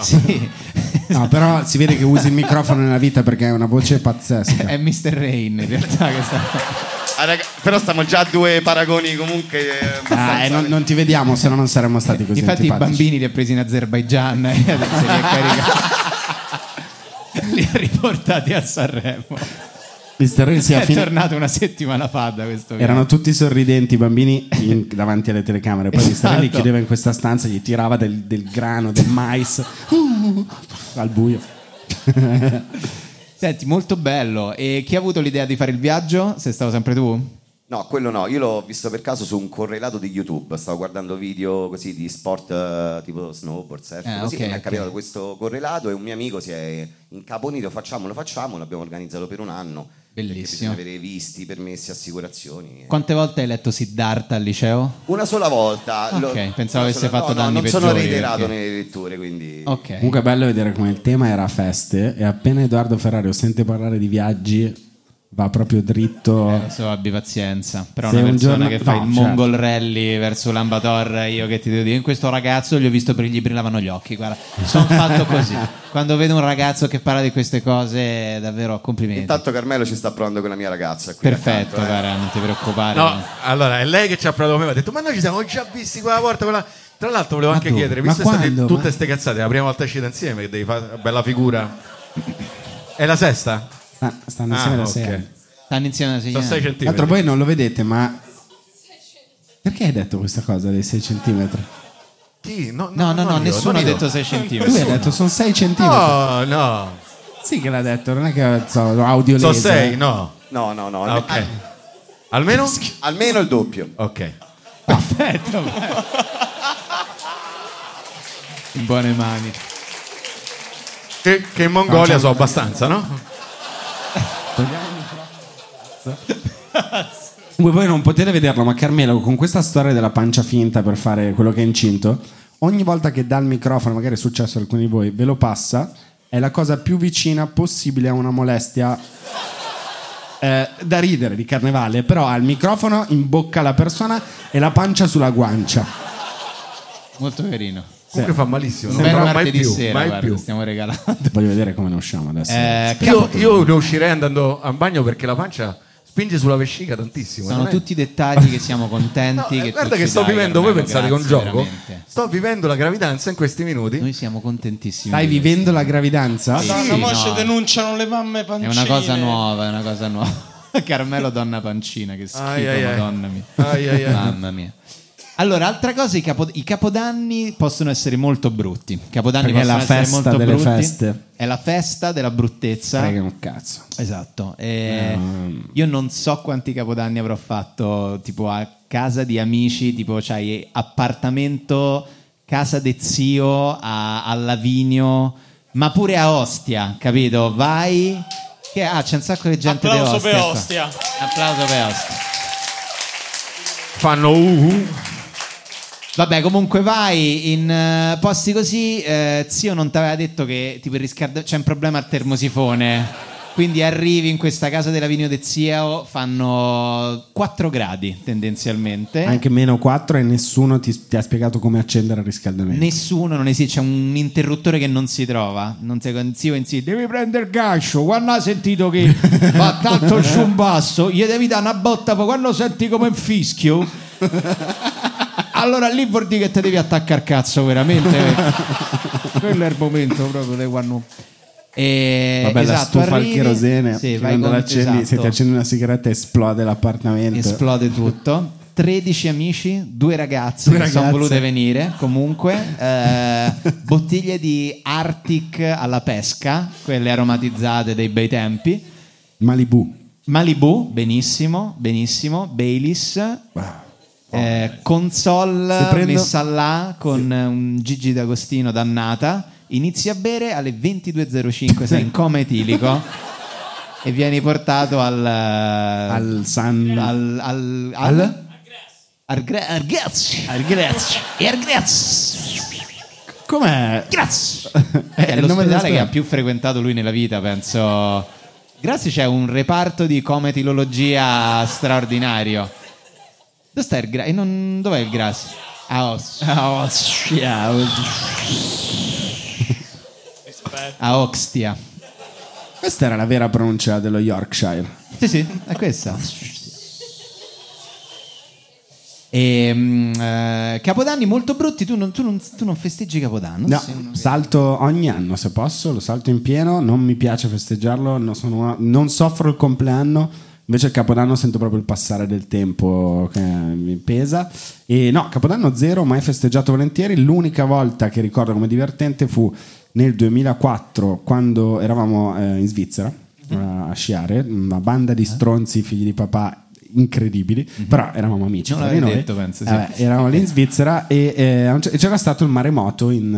Sì,
No, però si vede che usi il microfono nella vita perché è una voce pazzesca.
è Mr. Rain in realtà che sta...
Ah, raga, però stiamo già a due paragoni comunque. eh,
Ah, eh, non, non ti vediamo, se no non saremmo stati così
Infatti i
antipatici.
bambini li ha presi in Azerbaigian e adesso li ha caricati. li ha riportati a Sanremo.
Mr. Renzi a
è
fine-
tornato una settimana fa da questo viaggio.
Erano tutti sorridenti i bambini in- davanti alle telecamere. Poi Mr. Renzi li
Esatto.
chiedeva in questa stanza, gli tirava del, del grano, del mais al buio.
Senti, molto bello. E chi ha avuto l'idea di fare il viaggio? Sei stato sempre tu?
No, quello no, io l'ho visto per caso su un correlato di YouTube, stavo guardando video così di sport eh, tipo snowboard, surf,
Ah,
così
ok,
e mi è
ok.
capitato questo correlato e un mio amico si è incaponito, facciamolo, facciamolo, l'abbiamo organizzato per un anno. perché
Bellissimo.
Bisogna avere visti, permessi, assicurazioni.
Quante volte hai letto Siddhartha al liceo?
Una sola volta.
Ok, pensavo
una
avesse fatto
no, no,
danni
Non sono
peggiori,
reiterato
perché-
nelle letture, quindi...
Ok.
Comunque è bello vedere come il tema era feste e appena Edoardo Ferrario sente parlare di viaggi va proprio dritto.
Lo
Eh,
so, abbi pazienza. Però
Se
una
un
persona
giorno-
che fa
no,
il
certo.
mongol rally verso l'ambator, io che ti devo dire, in questo ragazzo gli ho visto per gli brillavano gli occhi. Guarda, sono fatto così. Quando vedo un ragazzo che parla di queste cose, davvero complimenti.
Intanto Carmelo ci sta provando con la mia ragazza. qui
Perfetto,
accanto, eh.
cara, non ti preoccupare.
No, allora è lei che ci ha provato con me. Ha detto, ma noi ci siamo già visti quella volta. quella-" Tra l'altro, volevo
Ma
anche
dove?
chiedere,
Ma
visto che state
quando?
tutte
Ma-
ste cazzate, è la prima volta uscite insieme, che devi fare una bella figura. È la sesta?
Ah, stanno insieme
Ah,
da
ok.
sera.
Stanno insieme da sei
Sono
anni.
sei centimetri.
Altro voi non lo vedete, ma perché hai detto questa cosa dei 6 cm?
Chi? No,
No, no,
non
no,
io,
nessuno
non
ha
io.
detto 6 centimetri.
Lui ha detto sono 6 cm.
No, no.
Sì che l'ha detto, non è che so, audio
Sono
lesa.
sei, no.
No, no, no.
Ah, ok. Almeno?
Almeno il doppio.
Ok.
In buone mani.
Che, che in
cioè,
Mongolia so abbastanza, no?
Comunque voi non potete vederlo, ma Carmelo con questa storia della pancia finta per fare quello che è incinto, ogni volta che dà il microfono, magari è successo a alcuni di voi, ve lo passa, è la cosa più vicina possibile a una molestia eh, da ridere di carnevale, però ha il microfono in bocca alla persona e la pancia sulla guancia.
Molto carino.
Comunque fa
malissimo,
Un
non
bel
farò mai
martedì
più,
sera,
mai
guarda,
più.
stiamo regalando.
Voglio vedere come ne usciamo adesso.
Eh,
io, io ne uscirei andando a bagno perché la pancia spinge sulla vescica tantissimo.
Sono
non è-
tutti dettagli che siamo contenti.
No, eh,
che
guarda
tu
che
ci
sto
dai,
vivendo, voi
Carmelo,
pensate che è un
grazie,
gioco?
veramente.
Sto vivendo la gravidanza in questi minuti. Noi
siamo contentissimi.
Stai vivendo la gravidanza?
Sì,
Madonna, mo
no.
ci denunciano le mamme
È
pancine.
una cosa nuova, è una cosa nuova. Carmelo donna pancina, che schifo,
Ai, ai, ai.
madonna mia.
Ai, ai, ai.
Mamma mia. Allora, altra cosa, i, capo- i capodanni possono essere molto brutti. Capodanni
Perché è la
possono essere
festa
molto
delle
brutti.
feste.
È la festa della bruttezza.
Frega un cazzo.
Esatto. E
Ehm.
Io non so quanti capodanni avrò fatto, tipo a casa di amici, tipo c'hai appartamento, casa de zio a, a Lavinio, ma pure a Ostia, capito? Vai, che ah, c'è un sacco di gente di
Applauso
Ostia.
per
qua.
Ostia.
Applauso per Ostia.
Fanno uhu.
Vabbè, comunque vai in eh, posti così. eh, zio non ti aveva detto che tipo, il riscalda- c'è un problema al termosifone. Quindi arrivi in questa casa della Vigno de Zio, fanno 4 gradi tendenzialmente.
Anche meno 4 e nessuno ti, ti ha spiegato come accendere il riscaldamento.
Nessuno non esiste, c'è un interruttore che non si trova. Non si zio insiste.
Devi prendere il gancio, quando ha sentito che fa tanto su un basso, gli devi dare una botta, poi quando senti come un fischio, allora lì vuol dire che ti devi attaccare al cazzo veramente.
Eh.
perché Quello è il momento proprio di quando...
E,
Vabbè, la
esatto,
stufa al
arrivi,
cherosene,
sì,
che
vai
quando
con-
l'accendi, se ti
esatto.
accendi una sigaretta esplode l'appartamento.
Esplode tutto. 13 amici, due ragazze
Due
che sono
ragazze.
volute venire comunque, eh, bottiglie di Arctic alla pesca, quelle aromatizzate dei bei tempi.
Malibu.
Malibu, benissimo, benissimo. Baileys. eh, console
Se prendo-
messa là con eh, un Gigi D'Agostino dannata. Inizi a bere alle 22.05, sei in coma etilico. e vieni portato al... Al
San...
Al... Al... al... Argre- Argrazzi. E Argrazzi.
Com'è?
Grazie.
È
È
il nome
l'ospedale che
dell'ospedale.
ha più frequentato lui nella vita, penso. Grazie c'è un reparto di cometilologia straordinario. Dove sta il gra- e non- Dov'è il grasso? A Os- a Ostia. a Os- A Oxtia.
Questa era la vera pronuncia dello Yorkshire.
Sì, sì, è questa. E, mm, eh, Capodanni molto brutti, tu non, tu non- tu non festeggi Capodanno?
No,
Sì.
salto ogni anno se posso, lo salto in pieno, non mi piace festeggiarlo, non, sono una- non soffro il compleanno, invece il Capodanno sento proprio il passare del tempo che mi pesa. E no, Capodanno zero, mai festeggiato volentieri, l'unica volta che ricordo come divertente fu nel 2004 quando eravamo eh, in Svizzera
Mhm.
eh, a sciare, una banda
Eh.
di stronzi figli di papà incredibili, però eravamo amici
Mhm. Non
fra di
l'avevi
noi. Eh,
detto, penso, sì.
Vabbè, eravamo lì in Svizzera e, eh, a un cer- e c'era stato il maremoto in,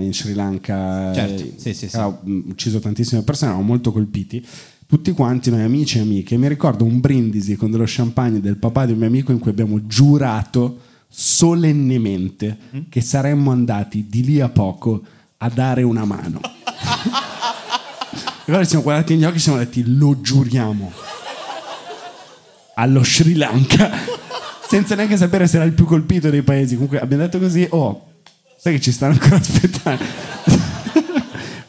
eh, in Sri Lanka eh,
Certo, sì, sì,
che
sì.
ha mm, ucciso tantissime persone, eravamo molto colpiti tutti quanti noi amici e amiche mi ricordo un brindisi con dello champagne del papà di un mio amico in cui abbiamo giurato solennemente
Mm?
che saremmo andati di lì a poco a dare una mano e allora ci siamo guardati negli occhi e ci siamo detti lo giuriamo allo Sri Lanka senza neanche sapere se era il più colpito dei paesi comunque abbiamo detto così oh sai che ci stanno ancora aspettando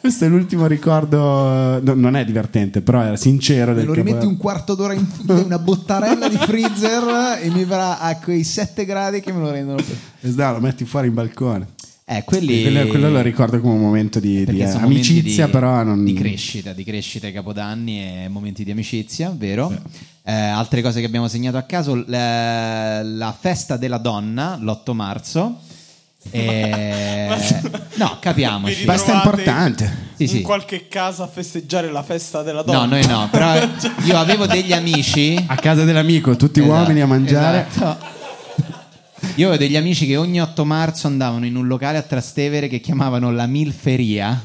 questo è l'ultimo ricordo no, non è divertente però era sincero
Me
del
lo rimetti
Capodanno.
un quarto d'ora in in una bottarella di freezer e mi verrà a quei 7 gradi che me lo rendono perfetto.
Esatto, lo metti fuori in balcone.
Eh, quelli-
Quello, quello lo ricordo come un momento di, di,
Perché
eh,
sono momenti
amicizia,
di-
però eh, non...
di crescita, di crescita ai capodanni e momenti di amicizia, vero? Eh, altre cose che abbiamo segnato a caso, l- eh, la festa della donna l'8 marzo. Eh, no, capiamoci.
Vi ritrovate
Sì, sì.
In qualche casa a festeggiare la festa della donna.
No, noi no, però io avevo degli amici.
A casa dell'amico, tutti
Esatto,
uomini a mangiare.
esatto. Io avevo degli amici che ogni 8 marzo andavano in un locale a Trastevere che chiamavano la Milferia.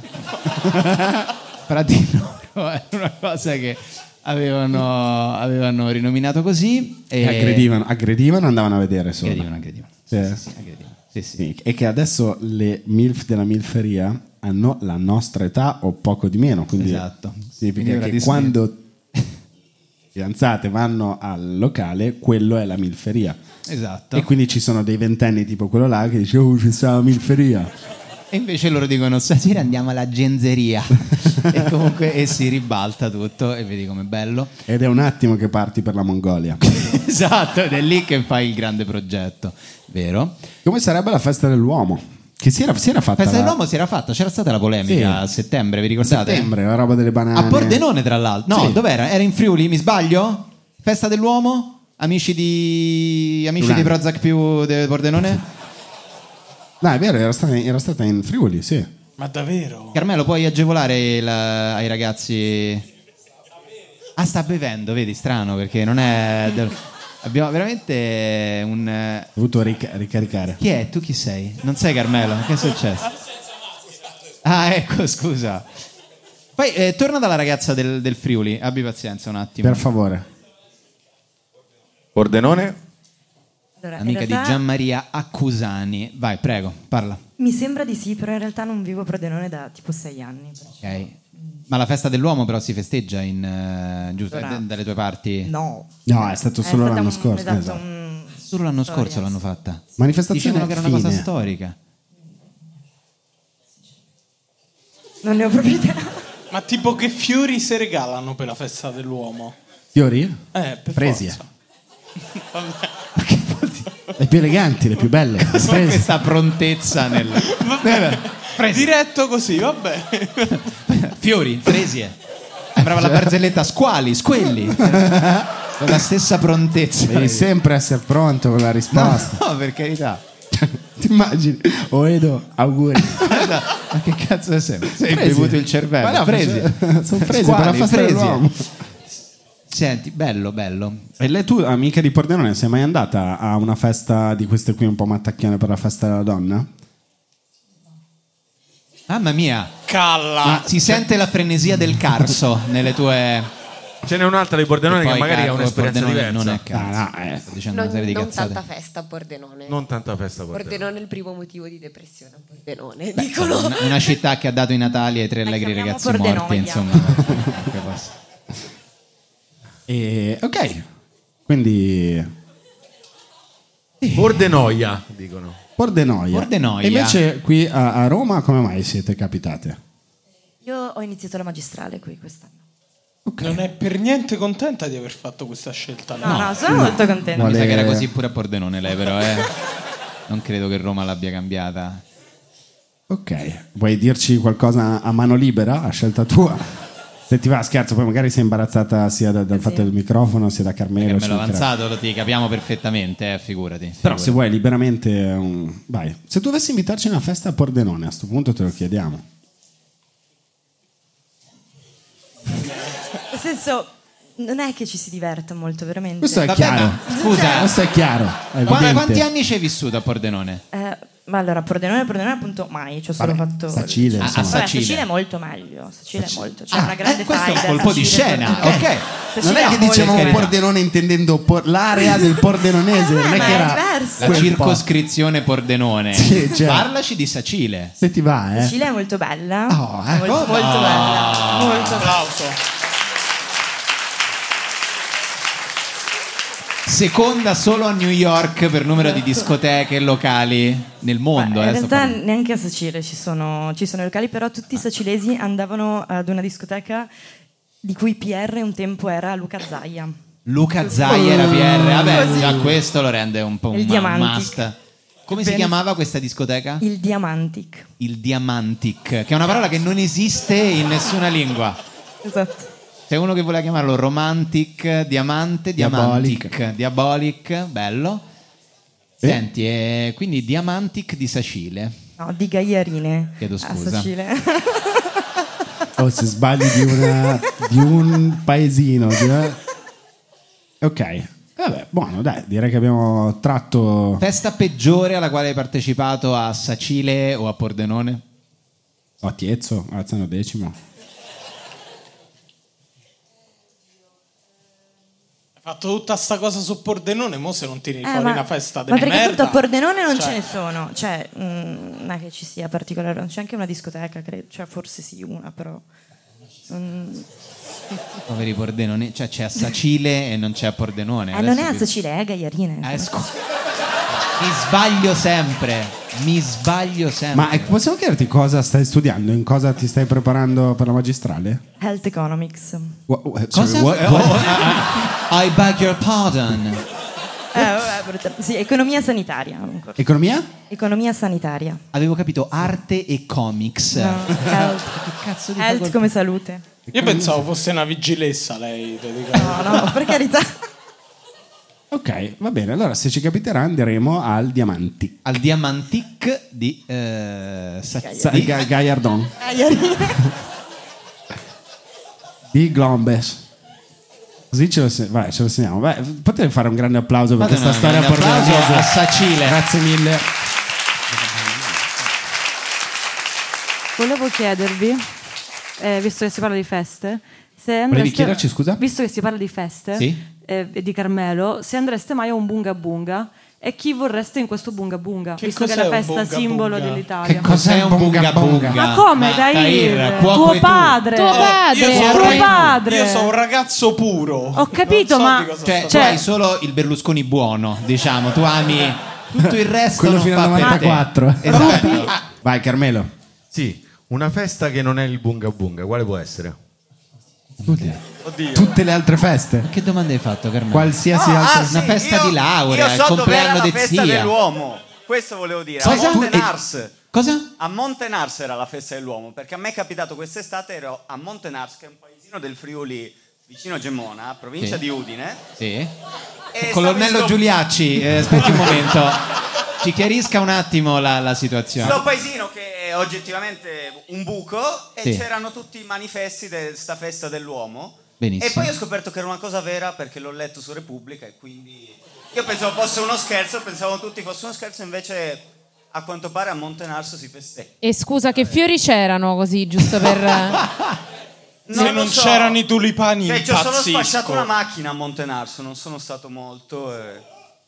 Fra di loro era una cosa che avevano, avevano rinominato così.
E aggredivano, aggredivano e andavano a vedere solo.
Aggredivano, aggredivano.
Sì. Sì, E che adesso le MILF della milferia hanno la nostra età o poco di meno. Quindi
Esatto. Quindi
Significa
ora
che
Disney-
quando fidanzate vanno al locale, quello è la milferia.
Esatto.
E quindi ci sono dei ventenni tipo quello là che dice, oh, ci sta la milferia.
E invece loro dicono stasera andiamo alla genzeria. e comunque e si ribalta tutto e vedi com'è bello.
Ed è un attimo che parti per la Mongolia.
esatto, ed è lì che fai il grande progetto, vero?
Come sarebbe la festa dell'uomo? Che si era, si era fatta
Festa
la-
dell'uomo si era fatta, c'era stata la polemica
Sì.
a settembre, vi
a
ricordate?
settembre, la roba delle banane.
A Pordenone, tra l'altro. No,
Sì.
dov'era? Era in Friuli, mi sbaglio? Festa dell'uomo? Amici di. Amici
Durante.
di Prozac più de- Pordenone?
No, è vero, era stata, era stata in Friuli, sì.
Ma davvero?
Carmelo, puoi agevolare la- ai ragazzi? Ah, sta bevendo, vedi, strano perché non è. Abbiamo veramente un. eh,
Ho dovuto ric- ricaricare.
Chi è? Tu chi sei? Non sei Carmelo? Che è successo? Ah, ecco, scusa. Poi eh, torna dalla ragazza del, del Friuli, abbi pazienza un attimo.
Per favore.
Pordenone?
Allora, in
Amica di
realtà
Gianmaria Accusani. Vai, prego, parla.
Mi sembra di sì, però in realtà non vivo a Pordenone da tipo sei anni. però.
Ok. Ma la festa dell'uomo però si festeggia in, eh, giusto,
Allora,
d- dalle tue parti?
No.
No, è stato solo
stata
l'anno
un-
scorso,
esatto,
esatto.
un-
Solo l'anno
storia.
scorso l'hanno fatta.
Manifestazione
Dicevano che era una cosa
fine.
storica.
Non ne ho proprio idea.
Ma tipo che fiori si regalano per la festa dell'uomo?
Fiori?
Eh, per
Fresie.
forza. Vabbè.
Le più eleganti, le più belle. le
Cosa
fresi.
questa prontezza nel...
Diretto così, vabbè.
Fiori, fresie. Sembrava la barzelletta squali, squelli. Con la stessa prontezza.
Devi sempre essere pronto con la risposta.
No, per carità.
Ti immagini? O Edo, auguri.
Ma che cazzo sembra? Sei
Fresi.
bevuto il cervello.
Ma no,
Fresi.
cioè, sono fresi per la festa dell'uomo.
Senti, bello, bello.
E lei tu, amica di Pordenone, sei mai andata a una festa di queste qui un po' mattacchiane per la festa della donna?
Mamma mia.
Calla.
Ma si sente la frenesia del carso nelle tue...
Ce n'è un'altra di Pordenone
E
che
poi
magari ha
Carlo
un'esperienza
Pordenone
diversa.
non
Eh,
è carso.
Ah,
Sto dicendo
Non,
una serie di
non
cazzate.
tanta festa a Pordenone.
Non tanta festa a Pordenone.
Pordenone è il primo motivo di depressione a Pordenone.
Beh,
dicono.
Una, una città che ha dato i Natali ai tre allegri ragazzi
Pordenone,
morti,
chiamo.
insomma. Ecco, Che posso-
E, ok. Quindi...
Pordenoia, dicono.
Pordenoia.
Pordenoia.
E invece qui a, a Roma come mai siete capitate?
Io ho iniziato la magistrale qui quest'anno.
Non è per niente contenta di aver fatto questa scelta.
No, no, sono Ah, molto contenta.
Mi sa che era
Vuole-
così pure a Pordenone lei però, eh. Non credo che Roma l'abbia cambiata.
Ok, vuoi dirci qualcosa a mano libera, a scelta tua? Se ti va, scherzo, poi magari sei imbarazzata sia da- dal fatto del microfono sia da Carmelo.
Me l'ho
eccetera.
avanzato, lo ti capiamo perfettamente, eh, figurati.
Però
figurati.
se vuoi liberamente, um, vai. Se dovessi invitarci a una festa a Pordenone, a sto punto te lo chiediamo.
Nel senso, non è che ci si diverta molto, veramente.
Questo è chiaro.
scusa.
questo è chiaro. è
Qua-
evidente.
quanti anni ci hai vissuto a Pordenone?
Eh, ma allora, Pordenone, Pordenone appunto mai, ci ho solo
Vabbè,
fatto...
Sacile,
Ah,
insomma.
vabbè, Sacile.
Sacile
è molto meglio, Sacile è molto, c'è
Ah,
una grande
eh, questo è un
faida,
colpo di
Sacile,
scena,
Pordenone.
ok.
Sacile
Non è
è
che
molto
dicevamo
bello.
Pordenone intendendo por- l'area del Pordenonese, non è
Ah, ma
che
è
era
diverso.
La
quel
circoscrizione Pordenone.
Sì, cioè.
Parlaci di Sacile.
po'. Se ti va, eh.
Sacile è molto bella,
Oh,
ecco.
molto, molto bella,
Ah.
molto bella.
Seconda solo a New York per numero di discoteche locali nel mondo.
In
eh, sto
realtà
parlando.
neanche a Sacile ci sono, ci sono i locali, però tutti i sacilesi andavano ad una discoteca di cui PR un tempo era Luca Zaia.
Luca Zai era PR. Vabbè,
Oh, Così.
già questo lo rende un po'
Il
un ma-
Diamantic.
must. Come si
Bene.
chiamava questa discoteca?
Il Diamantic.
Il Diamantic, che è una parola che non esiste in nessuna lingua.
Esatto.
C'è uno che voleva chiamarlo Romantic, Diamante, Diamantic, Diabolic, bello. Senti, eh, quindi Diamantic di Sacile.
No, di Gagliarine.
Chiedo
A
scusa.
Sacile.
Oh, se sbagli di, una- di un paesino. di una- Ok. Vabbè, buono, dai, direi che abbiamo tratto...
Festa peggiore alla quale hai partecipato a Sacile o a Pordenone?
A Tiezzo, alzano decimo.
Hai fatto tutta sta cosa su Pordenone, mo se non tiri
Eh,
fuori
ma,
una festa
ma
della
perché
merda.
tanto a Pordenone non
Cioè,
ce ne sono, cioè mh, non è che ci sia particolare, non c'è anche una discoteca, credo, cioè forse sì una però. non-
Poveri Pordenone, cioè c'è a Sacile e non c'è a Pordenone.
Eh, non è
Adesso ti-
a Sacile, è a Gagliarine.
Eh, scusa. Mi sbaglio sempre, mi sbaglio sempre.
Ma eh, possiamo chiederti cosa stai studiando? In cosa ti stai preparando per la magistrale?
Health Economics. Eh,
Wha- wha-
Cosa?
sorry, what-
Eh,
what-
oh, eh, eh, I beg your pardon.
Eh, vabbè, brutta- sì, economia sanitaria.
Economia?
Economia sanitaria.
Avevo capito arte e comics.
No, health. Health come salute.
Io pensavo fosse una vigilessa lei.
No, no, per carità.
Ok, va bene. Allora, se ci capiterà, andremo al Diamanti.
Al Diamantic di eh, Sa-
Sa-
di-
Ga- Gagliardon
Gagliarine.
di Glombes. Così ce lo, se- vai, ce lo segniamo. Vai, potete fare un grande applauso per
Fate
questa
un
storia
grande applauso
pordenese.
a Sacile.
Grazie mille.
Volevo chiedervi, eh, visto che si parla di feste, se
Volevi
andreste-
chiederci, scusa?
Visto che si parla di feste
Sì.
eh, e di Carmelo, se andreste mai a un bunga bunga e chi vorreste in questo bunga bunga,
Che
visto che è la
cos'è un
festa
bunga
simbolo
bunga?
dell'Italia.
Che cos'è un bunga bunga?
Ma come,
Ma,
Tahir?
Tahir, cuoco e
Tuo
tu.
padre!
Oh, io sono
Tuo
un-
padre!
Io sono un ragazzo puro.
Ho capito, ma...
Cioè, tu hai solo il Berlusconi buono, diciamo, tu ami tutto il resto.
Quello
non
fino
fa
al
per te.
94.
Esatto.
Vai, Carmelo.
Sì, una festa che non è il bunga bunga, quale può essere?
Tutte le altre feste.
Che domanda hai fatto, Carmelo?
Qualsiasi
Ah,
altra
ah, sì, Una festa io- di laurea,
io so
il compleanno
dov'era
de
la festa
zia.
dell'uomo. Questo volevo dire.
Cosa?
A Montenars.
Cosa?
A Montenars era la festa dell'uomo, perché a me è capitato quest'estate, ero a Montenars, che è un paesino del Friuli, vicino a Gemona, provincia
Sì.
di Udine.
Sì.
E
Colonnello
stavo in sto-
Giuliacci, eh, aspetti un momento, ci chiarisca un attimo la, la situazione.
Sto paesino che è oggettivamente un buco e
Sì.
c'erano tutti i manifesti di sta festa dell'uomo.
Benissimo.
E poi ho scoperto che era una cosa vera perché l'ho letto su Repubblica e quindi io pensavo fosse uno scherzo, pensavo tutti fosse uno scherzo, invece a quanto pare a Montenarso si festeggia.
E scusa, che fiori c'erano così, giusto per...
eh,
Se non c'erano i tulipani,
Cioè, ci ho solo
impazzisco.
spacciato una macchina a Montenarso, non sono stato molto. eh.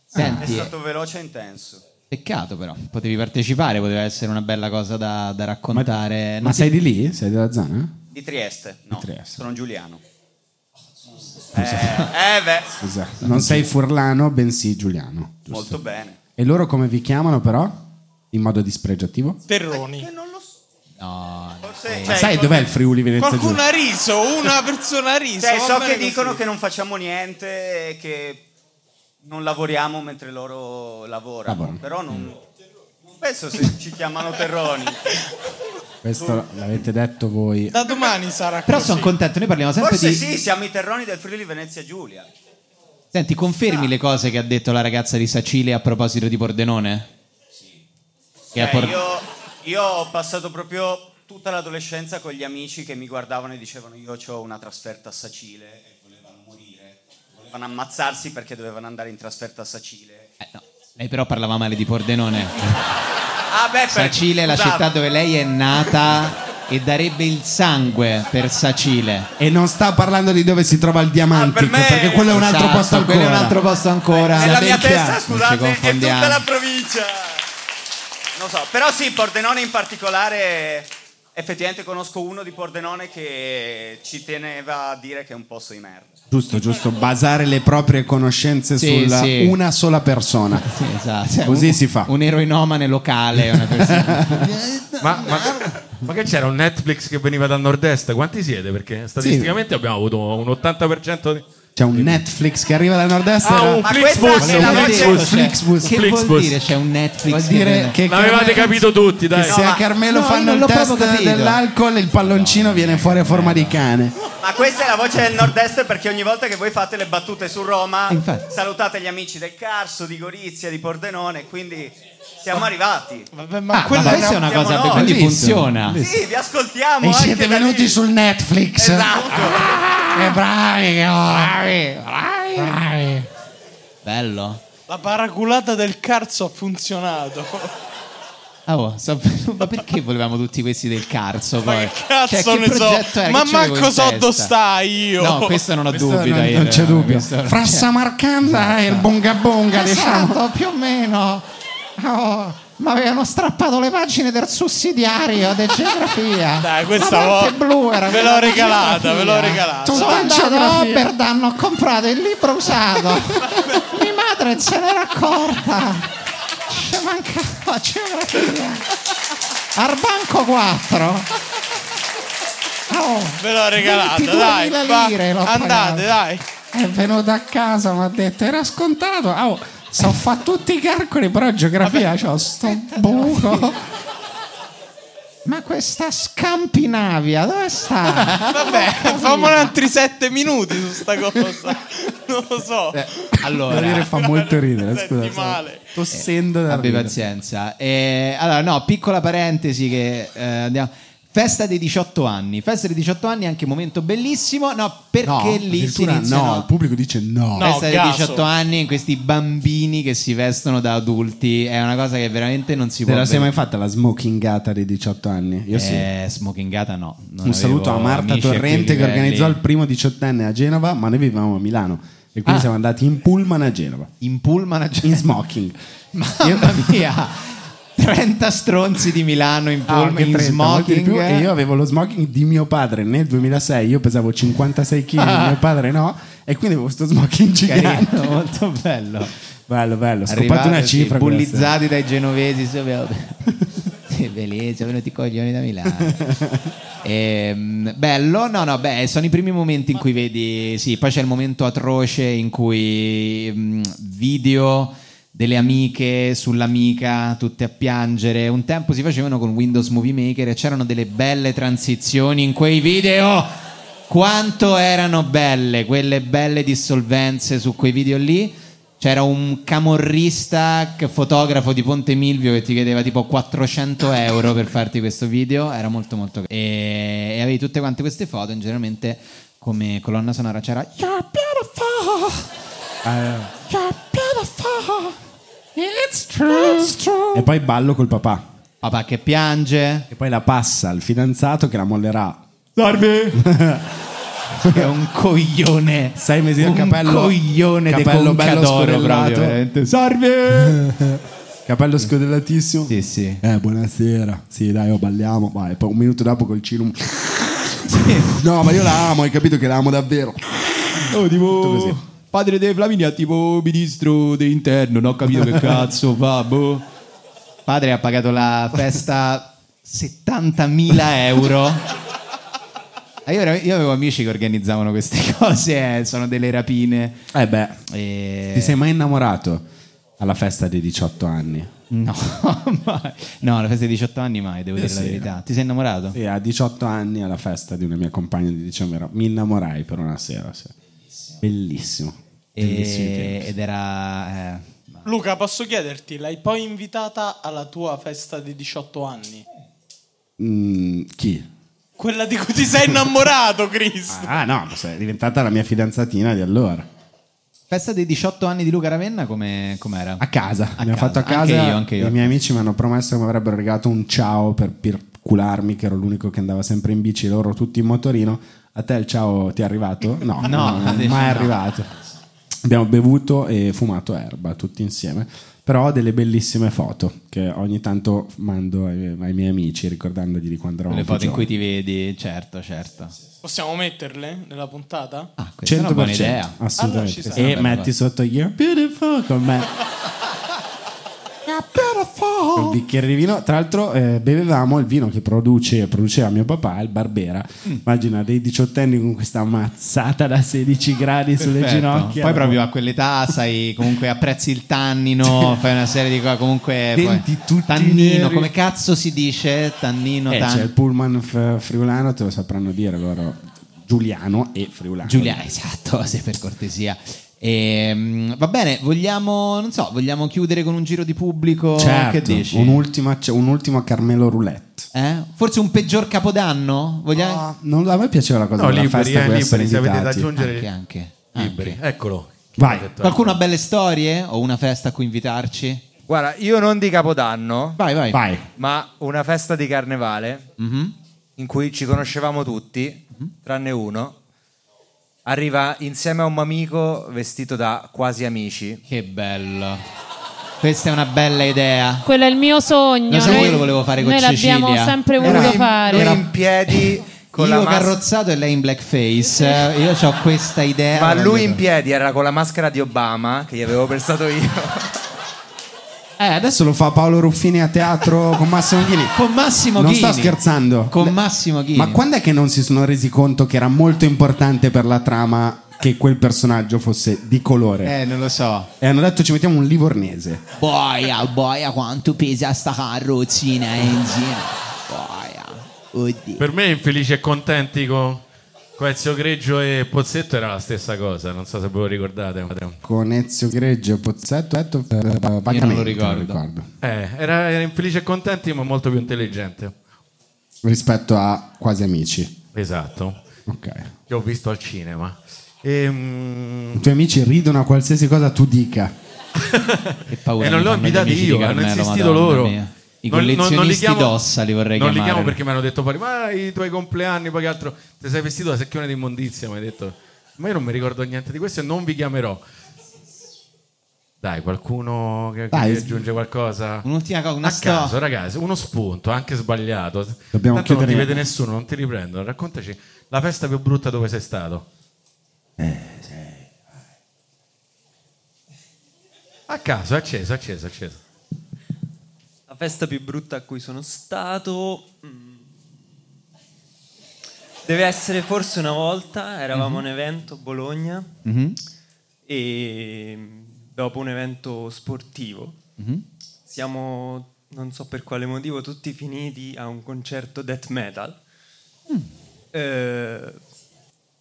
Senti,
è stato veloce e intenso.
Peccato però, potevi partecipare, poteva essere una bella cosa da, da raccontare. Eh, Non
Ma
ti-
sei di lì? Sei della zona?
Di Trieste, no, sono Giuliano.
Eh,
eh, beh.
Scusa, non sei Furlano, bensì Giuliano. giusto?
Molto bene.
Eh,
E loro come vi chiamano però? In modo dispregiativo?
Terroni.
Ma sai dov'è il Friuli Venezia
Qualcuno
Giulia?
ha riso, una persona ha riso.
Cioè,
va
so
bene
che
così.
dicono che non facciamo niente, che non lavoriamo mentre loro lavorano.
Lavorano.
Però non.
Mm.
non Penso se ci chiamano terroni.
Questo l'avete detto voi.
Da domani sarà
Però sono contento, noi parliamo sempre
Forse
di...
sì, siamo i terroni del Friuli Venezia Giulia.
Senti, confermi le cose che ha detto la ragazza di Sacile a proposito di Pordenone? Sì. Che a
Cioè,
Por-
io, io ho passato proprio tutta l'adolescenza con gli amici che mi guardavano e dicevano io ho una trasferta a Sacile e volevano morire, volevano ammazzarsi perché dovevano andare in trasferta a Sacile.
Lei però parlava male di Pordenone.
Ah beh, per-
Sacile è la
scusate.
città dove lei è nata e darebbe il sangue per Sacile.
E non sta parlando di dove si trova il diamante, perché quello è un altro
Esatto,
posto ancora.
quello è un altro posto ancora.
Nella mia
Siamo in
testa,
chiaro.
scusate,
Non
è
ci
tutta
confondiamo.
Tutta la provincia. Non so, però sì, Pordenone in particolare, effettivamente conosco uno di Pordenone che ci teneva a dire che è un posto di merda.
Giusto, giusto, basare le proprie conoscenze
Sì,
sulla
sì.
una sola persona.
esatto. Cioè,
Così
un-
si fa.
Un eroinomane locale, una persona.
Ma, ma- ma che c'era un Netflix che veniva dal nord-est? Quanti siete? Perché statisticamente abbiamo avuto un 80% di...
C'è un Netflix che arriva da nord-est.
Ah, un Ma Flixbus, questa è la un voce- Flixbus.
Flixbus.
Che vuol Flixbus. dire
c'è un Netflix?
Vuol dire che
L'avevate
Carmelo-
capito tutti, dai.
che se a Carmelo fanno il test dell'alcol, il palloncino viene fuori a forma di cane.
Ma questa è la voce del nord-est perché ogni volta che voi fate le battute su Roma,
Eh, infatti.
salutate gli amici del Carso, di Gorizia, di Pordenone, quindi siamo arrivati.
ma Ah, quella ma questa era- è una cosa be- quindi funziona.
Sì, vi ascoltiamo.
E
anche
siete
da
venuti
lì.
sul Netflix.
Ah,
Esatto.
Che bravi, che bravi, bravi.
Bello.
Eh. La paraculata del carzo ha funzionato.
Ah, oh, so- ma perché volevamo tutti questi del carso? Poi?
Cazzo
Cioè, che
ne so,
progetto era? Che
ma
c'avevo in
manco so
testa?
dove stai io.
No, questo non ho
Questo
dubbi.
non-
dai,
non c'è
eh,
dubbio.
questo non
Fra
c'è.
Samarcanda e il Bonga Bonga, diciamo.
Esatto. più o meno. ma avevano strappato le pagine del sussidiario di geografia.
Dai, Eh, questa volta ve l'ho regalata, ve
eh.
l'ho regalata.
Sono andato a Oberdan, ho comprato il libro usato. Mia madre se n'era accorta. Ci mancava geografia. Al banco 4.
Ve l'ho regalata, dai.
22.000
va,
lire l'ho
andate,
pagato.
dai.
È venuto a casa, mi ha detto, era scontato. Ah, Oh, so fa tutti i calcoli, però geografia c'ho sto buco.
Ma questa scampinavia dove sta?
Vabbè, fammo altri sette minuti su sta cosa. Non lo so.
allora. Eh,
Devo dire, fa molto ridere, scusa.
male.
Tossendo da
Abbi
ridere.
pazienza. Eh, allora, no, piccola parentesi che eh, andiamo. Festa dei 18 anni. Festa dei 18 anni è anche un momento bellissimo. No, perché
No,
lì si
addirittura
iniziano...
no, il pubblico dice no.
Festa dei 18 anni, questi bambini che si vestono da adulti. È una cosa che veramente non si
Te
può
la sei mai
vedere.
fatta la smokingata dei 18 anni? Io sì.
Eh, smokingata no. Non
Un
avevo
saluto a Marta
amici
Torrente
quei
che
livelli.
organizzò il primo diciottenne a Genova, ma noi vivevamo a Milano e quindi
Ah.
siamo andati in pullman a Genova.
In pullman a Genova?
In smoking.
Mamma mia, 30 stronzi di Milano in
Ah,
pullman,
anche
in
30, molti di
smoking.
più. e io avevo lo smoking di mio padre nel 2006, io pesavo 56 kg, mio padre no, e quindi avevo questo smoking gigante.
Carino, molto bello.
Bello, bello, ho scopato
Arrivate,
una
sì,
cifra. quella sera.
bullizzati dai genovesi. sì, abbiamo- Sì, Bellissimo, sono venuti i coglioni da Milano. Ehm, bello, no, no, beh, sono i primi momenti in cui vedi, sì, poi c'è il momento atroce in cui mm, video delle amiche sull'amica, tutte a piangere. Un tempo si facevano con Windows Movie Maker e c'erano delle belle transizioni in quei video. Quanto erano belle quelle belle dissolvenze su quei video lì. C'era un camorrista, che- fotografo di Ponte Milvio che ti chiedeva tipo 400 euro per farti questo video, era molto molto caro. E, e avevi tutte quante queste foto, e generalmente come colonna sonora c'era
You're beautiful. You're beautiful. It's true. It's true.
E poi ballo col papà.
Papà che piange.
E poi la passa al fidanzato che la mollerà.
È un coglione.
Sei mesi
Un
al capello.
coglione de
capello bello
Concadoro, proprio,
scodellato.
veramente.
Salve! capello scodellatissimo.
Sì, sì.
Eh, buonasera. Sì, dai, oh, balliamo. Vai, poi un minuto dopo col cilum. No, ma io la amo, hai capito che la amo davvero.
Oh, tipo, padre De Flaminia, tipo ministro dell'interno, non ho capito che cazzo fa, boh.
Padre ha pagato la festa 70.000 euro. Ah, Io, era- io avevo amici che organizzavano queste cose, eh, sono delle rapine.
Eh beh,
E-
ti sei mai innamorato alla festa dei 18 anni?
No, mai. no, la festa dei 18 anni mai, devo
Eh,
dire la
sì.
verità. Ti sei innamorato?
Sì, a 18 anni alla festa di una mia compagna di dicembre mi innamorai per una sera. sì. Bellissimo.
E-
Bellissimi tempi.
ed era... eh,
Luca, posso chiederti, l'hai poi invitata alla tua festa di 18 anni?
Mm, chi?
Quella di cui ti sei innamorato, Chris.
Ah no, è diventata la mia fidanzatina di allora.
Festa dei 18 anni di Luca Ravenna come, com'era?
A casa, abbiamo fatto a
Anche
casa.
io, anche io.
I miei amici mi hanno promesso che mi avrebbero regalato un ciao per pircularmi, che ero l'unico che andava sempre in bici, loro tutti in motorino. A te il ciao ti è arrivato? No,
No,
non è
adesso
mai
no.
arrivato. Abbiamo bevuto e fumato erba tutti insieme. Però ho delle bellissime foto che ogni tanto mando ai, ai miei amici ricordandogli di quando eravamo
Le foto in
più
cui ti vedi, certo, certo.
Possiamo metterle nella puntata?
Ah,
giovani. 100%
buona idea.
Allora
assolutamente
ci sarà.
e
Bella
metti sotto You're Beautiful con me
Oh.
il bicchiere di vino. Tra l'altro, eh, bevevamo il vino che produce, produceva mio papà, il Barbera.
Mm.
Immagina dei diciottenni con questa mazzata da 16 gradi sulle
Perfetto.
ginocchia.
Poi proprio a quell'età, sai, comunque apprezzi il
Cioè,
tannino, fai una serie di cose, comunque... poi-
Denti
tannino,
neri.
come cazzo si dice? Tannino,
Eh,
tan-
c'è il pullman f- friulano, te lo sapranno dire loro. Giuliano e Friulano.
Giulia, esatto, se per cortesia. Ehm, va bene, vogliamo, non so, vogliamo chiudere con un giro di pubblico?
Certo,
Oh, che dici?
un'ultima, c'è un'ultima Carmelo Roulette.
Eh? Forse un peggior capodanno? Vogliamo...
Ah, Non, a me piaceva la cosa
No,
della
liberi,
festa
eh,
con
liberi,
essere
se avete da
invitati.
aggiungere- Anche, anche,
Liberi. Eccolo.
Vai.
Qualcuno ha belle storie o una festa a cui invitarci?
Guarda, io non di Capodanno,
Vai, vai.
ma una festa di carnevale
Mm-hmm.
Mhm.
in cui ci conoscevamo tutti, tranne uno. Arriva insieme a un amico vestito da quasi amici.
Che bello. Questa è una bella idea.
Quello è il mio sogno.
Lo sai che io lo volevo fare con
noi
Cecilia.
l'abbiamo sempre voluto
Era-
fare.
era-
Noi in piedi con
io
la mas-
carrozzato e lei in blackface. Eh, Io ho questa idea.
Ma lui in piedi era con la maschera di Obama che gli avevo pensato io.
Eh, adesso lo fa Paolo Ruffini a teatro con Massimo Ghini.
Con Massimo
non
Ghini.
sto scherzando.
Con Massimo Ghini.
Ma quando è che non si sono resi conto che era molto importante per la trama che quel personaggio fosse di colore?
Eh, non lo so.
E hanno detto ci mettiamo un livornese.
Boia, boia, quanto pesa sta carrozzina, Enzi. Boia. Oddio.
Per me, infelici e contenti con con Ezio Greggio e Pozzetto era la stessa cosa. Non so se ve lo ricordate.
Con Ezio Greggio, Pozzetto, Etto, eh, vagamente,
ricordo. Eh, era, era infelice e contenti, ma molto più intelligente.
Rispetto a Quasi Amici.
Esatto.
Ok.
Che ho visto al cinema. Ehm,
I tuoi amici ridono a qualsiasi cosa tu dica.
Che paura.
E non
mi
l'ho
fanno gli
invitati
amici di
io, eh, hanno
Carmelo,
insistito
madonna
loro.
mia. I
Non- non- non
collezionisti
chiamo-
d'ossa li vorrei
Non li
chiamare.
chiamo perché mi hanno detto fuori, ma i tuoi compleanni, poi che altro, ti sei vestito da secchione di immondizia, mi hai detto. Ma io non mi ricordo niente di questo e non vi chiamerò. Dai, qualcuno che, che
Dai,
aggiunge qualcosa?
Un'ultima cosa, una
A
sto-
caso, ragazzi, uno spunto, anche sbagliato.
Dobbiamo
Tanto non ti
chiudere-
vede nessuno, non ti riprendono. Raccontaci la festa più brutta dove sei stato.
Eh,
A caso, acceso, acceso, acceso.
La festa più brutta a cui sono stato. mm, Deve essere forse una volta, eravamo a un evento a Bologna
Mhm.
e mm, dopo un evento sportivo
Mhm.
siamo, non so per quale motivo, tutti finiti a un concerto death metal.
Mm.
Eh,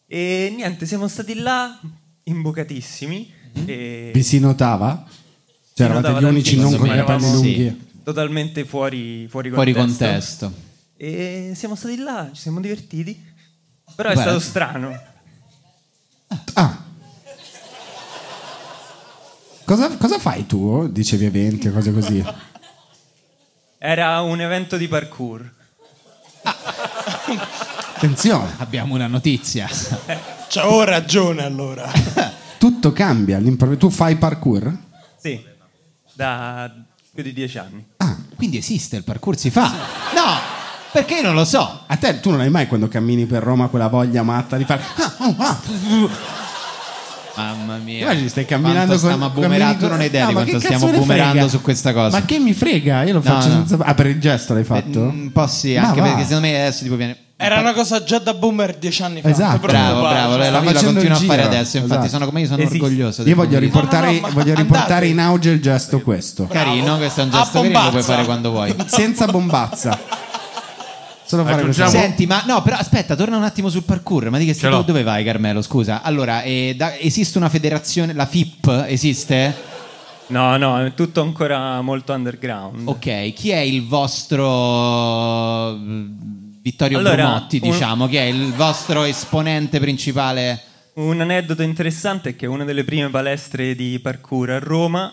e niente, siamo stati là imbocatissimi.
Mhm.
e-
Vi si notava? Cioè,
si
eravate
notava
gli unici non con
tantissimo,
i capelli
eravamo
lunghi.
Totalmente fuori, fuori,
Fuori
contesto.
contesto.
E siamo stati là, ci siamo divertiti. Però è
Beh.
stato strano.
Cosa, cosa fai tu? Dicevi eventi o cose così.
Era un evento di parkour.
Attenzione,
Abbiamo una notizia.
C'avevo ragione allora.
tutto cambia. all'improvviso. Tu fai parkour?
Sì, da più di dieci anni.
Ah,
Quindi esiste il parkour, si fa. No, perché non lo so.
A te "Ah, tu non hai mai quando cammini per Roma quella voglia matta di fare. Ah, oh, ah, uh,
Mamma mia.
Guarda, ci stai camminando
Quanto
con-
stiamo
con-
boomerando, tu non hai idea
No,
di
ma
quanto
che
stiamo
cazzo ne
boomerando
frega?
su questa cosa.
Ma che mi frega? Io lo
No,
faccio
no.
senza. Ah, per il gesto l'hai fatto?
un po' sì, anche perché secondo me adesso tipo viene
Era una cosa già da boomer dieci anni fa.
Esatto.
Non
Bravo,
preoccupare.
bravo, lei la,
Sta
la
facendo
continua a
il
fare
giro.
adesso, infatti
Esatto.
sono come io sono
Esiste.
orgoglioso. del
Io voglio
pubblico.
riportare, voglio riportare in auge il gesto questo.
Carino, questo è un gesto
A
carino, lo puoi
bombazza.
fare quando vuoi.
Senza bombazza. Solo fare questo.
Senti, ma no, però aspetta, torna un attimo sul parkour. Ma di che stai-
l'ho.
dove vai, Carmelo? Scusa. Allora, eh, da- esiste una federazione, la FIP esiste?
No, no, è tutto ancora molto underground.
Ok, chi è il vostro mm, Vittorio
Allora,
Brumotti,
un-
diciamo, chi è il vostro esponente principale?
Un aneddoto interessante è che una delle prime palestre di parkour a Roma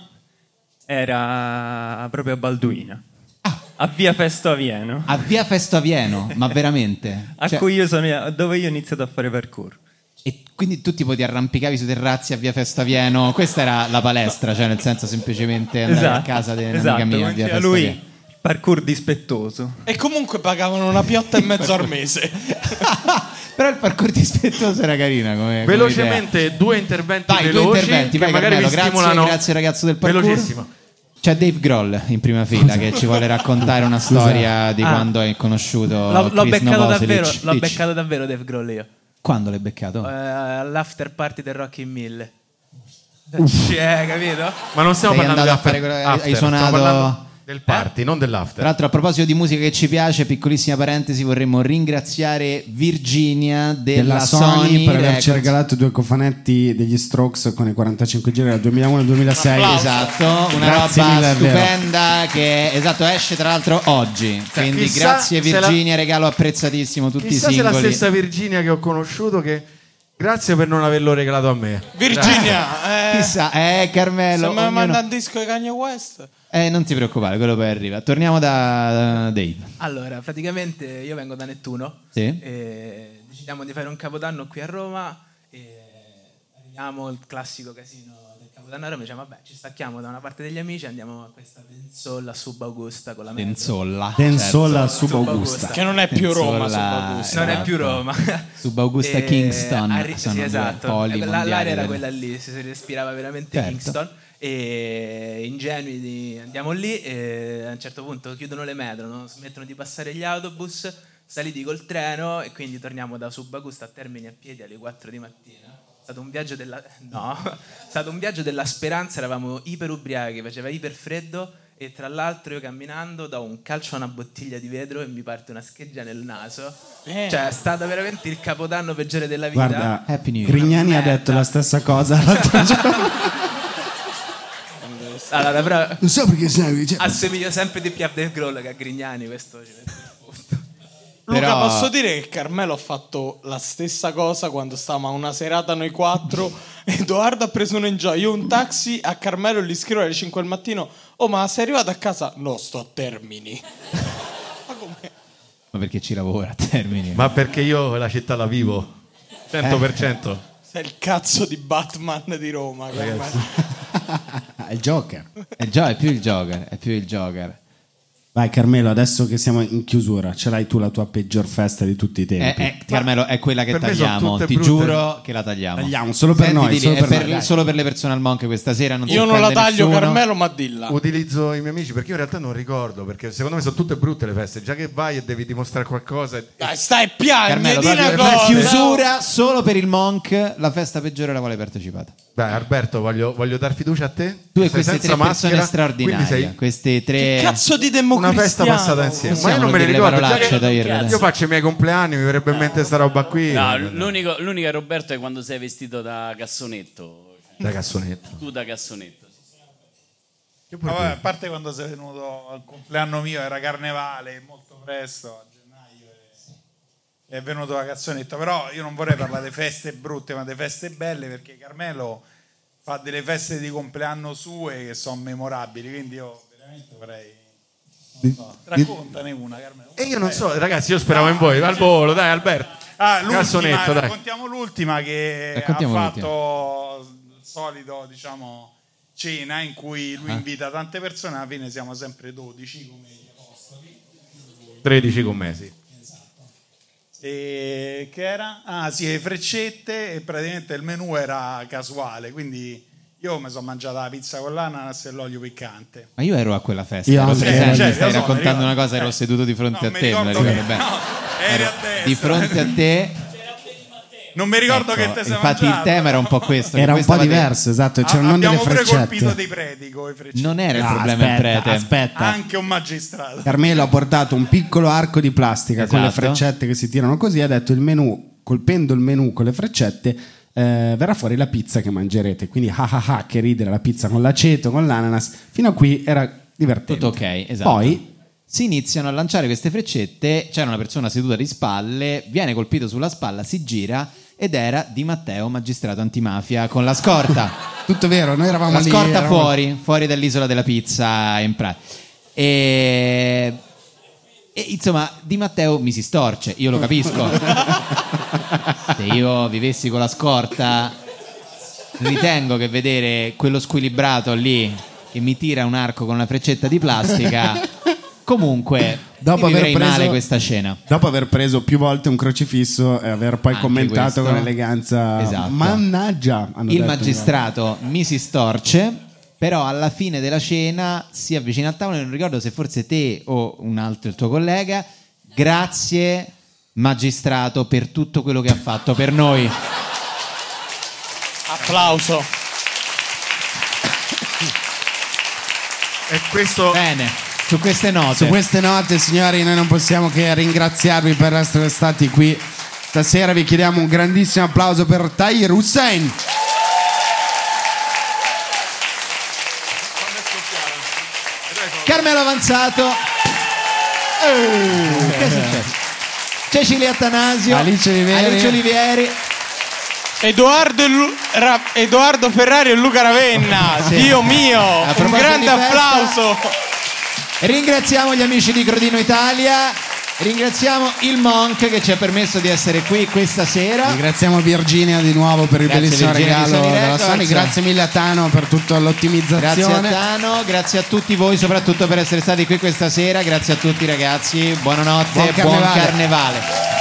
era proprio a Balduina,
Ah.
a Via Festo Avieno,
A Via Festo Avieno, ma veramente?
a
Ah, Cioè,
cui io sono, dove io ho iniziato a fare parkour.
E quindi tu tipo ti arrampicavi sui terrazzi a Via Festo Avieno? Questa era la palestra, cioè nel senso semplicemente andare a casa di un'amica
esatto,
mia a
come
Via
diceva
Festo
lui,
Avieno.
parkour dispettoso.
E comunque pagavano una piotta e mezzo al mese.
Però il parkour dispettoso era carina come come
Velocemente due interventi
idea. Vai, due
veloci
interventi,
che
vai
magari
Carmelo,
vi
grazie,
stimolano.
grazie ragazzo del parkour.
Velocissimo.
C'è Dave Grohl in prima fila che ci vuole raccontare una
Scusa.
storia di
Ah.
quando hai
Oh,
conosciuto
L'ho, l'ho
Chris
beccato
Novoselic.
davvero, l'ho
Dici.
beccato davvero Dave Grohl io.
Quando l'hai beccato?
Eh, all'after party del Rocky in 1000.
Uff.
Cioè, capito?
Ma non stiamo parlando
Sei andato a
dell'after-
fare quello- hai-
after,
hai suonato- Eh.
stiamo parlando del party, non dell'after.
Tra l'altro, a proposito di musica che ci piace, piccolissima parentesi, vorremmo ringraziare Virginia della,
della Sony, per averci
Records.
regalato due cofanetti degli Strokes con i 45 giri dal 2001 al 2006
Esatto, una
Grazie
roba
mille, davvero.
stupenda che esatto, esce tra l'altro oggi. Quindi
chissà
grazie
se la-
Virginia, regalo apprezzatissimo tutti i
Chissà se è la
singoli.
stessa Virginia che ho conosciuto che grazie per non averlo regalato a me.
Virginia, eh,
Chissà, Ah, eh
se
Carmelo,
mi manda
ognuno...
un disco di Kanye West.
eh, non ti preoccupare, quello poi arriva. Torniamo da da Dave.
Allora, praticamente io vengo da Nettuno.
Sì.
E decidiamo di fare un capodanno qui a Roma. E arriviamo al classico casino del capodanno a Roma. Diciamo, vabbè, ci stacchiamo da una parte degli amici e andiamo a questa pensolla sub Augusta con la Cioè, metro.
Denzolla.
Denzolla
Sub Augusta. Che non è più Roma, Sub Augusta. Non è più Roma.
Sub Augusta
E
Kingston.
arri-
sono
sì,
due
esatto.
poli
Eh, la-
mondiali
L'area era
del-
quella lì, si si respirava veramente
Certo.
Kingston. E ingenui di- andiamo lì e a un certo punto chiudono le metro, non smettono di passare gli autobus, saliti col treno e quindi torniamo da Subagusta a Termini a piedi alle 4 di mattina. È stato un viaggio della... No, è stato un viaggio della speranza, eravamo iper ubriachi, faceva iper freddo e tra l'altro io camminando do un calcio a una bottiglia di vetro e mi parte una scheggia nel naso.
Eh.
Cioè è stato veramente il capodanno peggiore della vita.
guarda Grignani ha detto la stessa cosa l'altro giorno
Allora, però
Non so perché sai, cioè,
assomiglio sempre di più a Dave Grohl che a Grignani questo ci mette il punto.
Luca,
Però-
posso dire che Carmelo ha fatto la stessa cosa quando stavamo a una serata noi quattro. Edoardo ha preso un enjoy. Io un taxi a Carmelo e gli scrivo alle 5 del mattino: Oh, ma sei arrivato a casa? No, sto a termini.
Ma perché ci lavora a termini?
Ma perché io la città la vivo 100%.
Eh.
Eh.
Sei il cazzo di Batman di Roma. Carmelo.
Ah, il Joker
È, già, è più il Joker, è più il Joker.
vai Carmelo adesso che siamo in chiusura ce l'hai tu la tua peggior festa di tutti i
Eh,
tempi
eh, Carmelo, è quella che
per me sono
tagliamo.
tutte
Ti
brutte.
giuro che la tagliamo.
Tagliamo, solo per
Senti,
noi,
Dili,
solo
è
per
per,
noi, dai.
solo per le persone al Monk questa sera. Non si
Io non la
offende
taglio,
nessuno.
Carmelo,
ma dilla.
Utilizzo i miei amici perché io in realtà non ricordo, perché secondo me sono tutte brutte le feste, già che vai e devi dimostrare qualcosa.
Dai, stai
Carmelo,
piangendo. di una
proprio per
cosa.
chiusura solo per il Monk, la festa peggiore alla quale hai partecipato.
Dai Alberto, voglio, voglio dar fiducia a te.
Tu
Sei
e queste
senza
tre persone
maschera,
straordinarie,
quindi sei-
queste tre
Che
Cazzo di
una
democristiano.
festa passata insieme. Ma io non me le
dire
ricordo.
parolacce
già che-
da dire adesso.
io faccio i miei compleanni, mi verrebbe
Eh.
in mente sta roba qui. Eh,
No, l'unico, l'unica Roberto è quando sei vestito da cassonetto.
Da cassonetto.
Tu da cassonetto.
Ah, vabbè, a parte quando sei venuto al compleanno mio, era carnevale, molto presto, a gennaio, e- è venuto la cazzonetta. Però io non vorrei parlare di feste brutte, ma di feste belle, perché Carmelo fa delle feste di compleanno sue che sono memorabili, quindi io veramente vorrei... non so. Raccontane una, Carmelo. Eh.
E io non so, ragazzi, io speravo in voi. Al volo, dai Alberto.
Ah, l'ultima,
Cassonetto, dai. Eh,
raccontiamo l'ultima che
Raccontiamo
ha fatto il solito, diciamo, cena in cui lui
Ah.
invita tante persone, alla fine siamo sempre 12 come gli apostoli.
13 con me, sì.
Esatto. E che era? Ah sì, le freccette e praticamente il menù era casuale, quindi io mi sono mangiata la pizza con l'ananas e l'olio piccante.
Ma io ero a quella festa.
Io
ero
anche.
presente,
Eh, cioè,
stai
lo so,
raccontando
mi
una
ricordo.
cosa, ero
Eh.
seduto di fronte
No,
a
mi
te. me la
ricordo
ricordo
che-
bene.
no, eri
Ero
a destra.
Di fronte a te.
Non mi ricordo
Ecco,
che te sei
infatti il
mangiato.
tema era un po' questo. che
Era un
questa
po'
mattina-
diverso, esatto.
Cioè,
C'erano non delle
Abbiamo pure colpito
freccette.
dei preti con i freccette.
Non era il
Ah,
problema il
aspetta,
prete.
Eh,
aspetta.
Anche un magistrato.
Carmelo ha portato un piccolo arco di plastica con le
Esatto.
freccette che si tirano così. Ha detto il menù, colpendo il menù con le freccette, eh, verrà fuori la pizza che mangerete. Quindi, ah ah ah, che ridere la pizza con l'aceto, con l'ananas. Fino a qui era divertente.
Tutto ok, esatto.
Poi
si iniziano a lanciare queste freccette, c'era una persona seduta di spalle, viene colpito sulla spalla, si gira ed era Di Matteo, magistrato antimafia, con la scorta.
tutto vero, noi eravamo
la
lì.
scorta
eravamo-
fuori, fuori dall'isola della pizza in pratica. E... e, insomma, Di Matteo mi si storce, io lo capisco. Se io vivessi con la scorta, ritengo che vedere quello squilibrato lì che mi tira un arco con una freccetta di plastica, comunque,
Dopo
mi
aver
vivrei male
preso-
questa scena.
Dopo aver preso più volte un crocifisso e aver poi commentato
questo.
con eleganza,
Esatto.
mannaggia, hanno
Il
detto.
magistrato mi si storce, però alla fine della cena si avvicina al tavolo, non ricordo se forse te o un altro il tuo collega, grazie magistrato per tutto quello che ha fatto per noi.
Applauso.
E questo
Bene, su queste note.
Su queste note, signori, noi non possiamo che ringraziarvi per essere stati qui. Stasera vi chiediamo un grandissimo applauso per Tahir Hussein.
Carmelo Avanzato. Eh, Che è successo? Cecilia Attanasio.
Alice Oliveri.
Alice Olivieri.
Edoardo, e Lu- Ra- Edoardo Ferrari e Luca Ravenna,
Sì.
Dio mio,
A
un
proposito
grande
di festa-
applauso.
Ringraziamo gli amici di Crodino Italia. Ringraziamo il Monk che ci ha permesso di essere qui questa sera.
Ringraziamo Virginia di nuovo per il
Grazie,
bellissimo
Virginia, di
regalo
Sony
della
Records.
Sony. Grazie mille a Tano per tutta
Grazie a
l'ottimizzazione.
Tano, grazie a tutti voi soprattutto per essere stati qui questa sera, grazie a tutti ragazzi, buonanotte,
Buon
buon carnevale.
carnevale.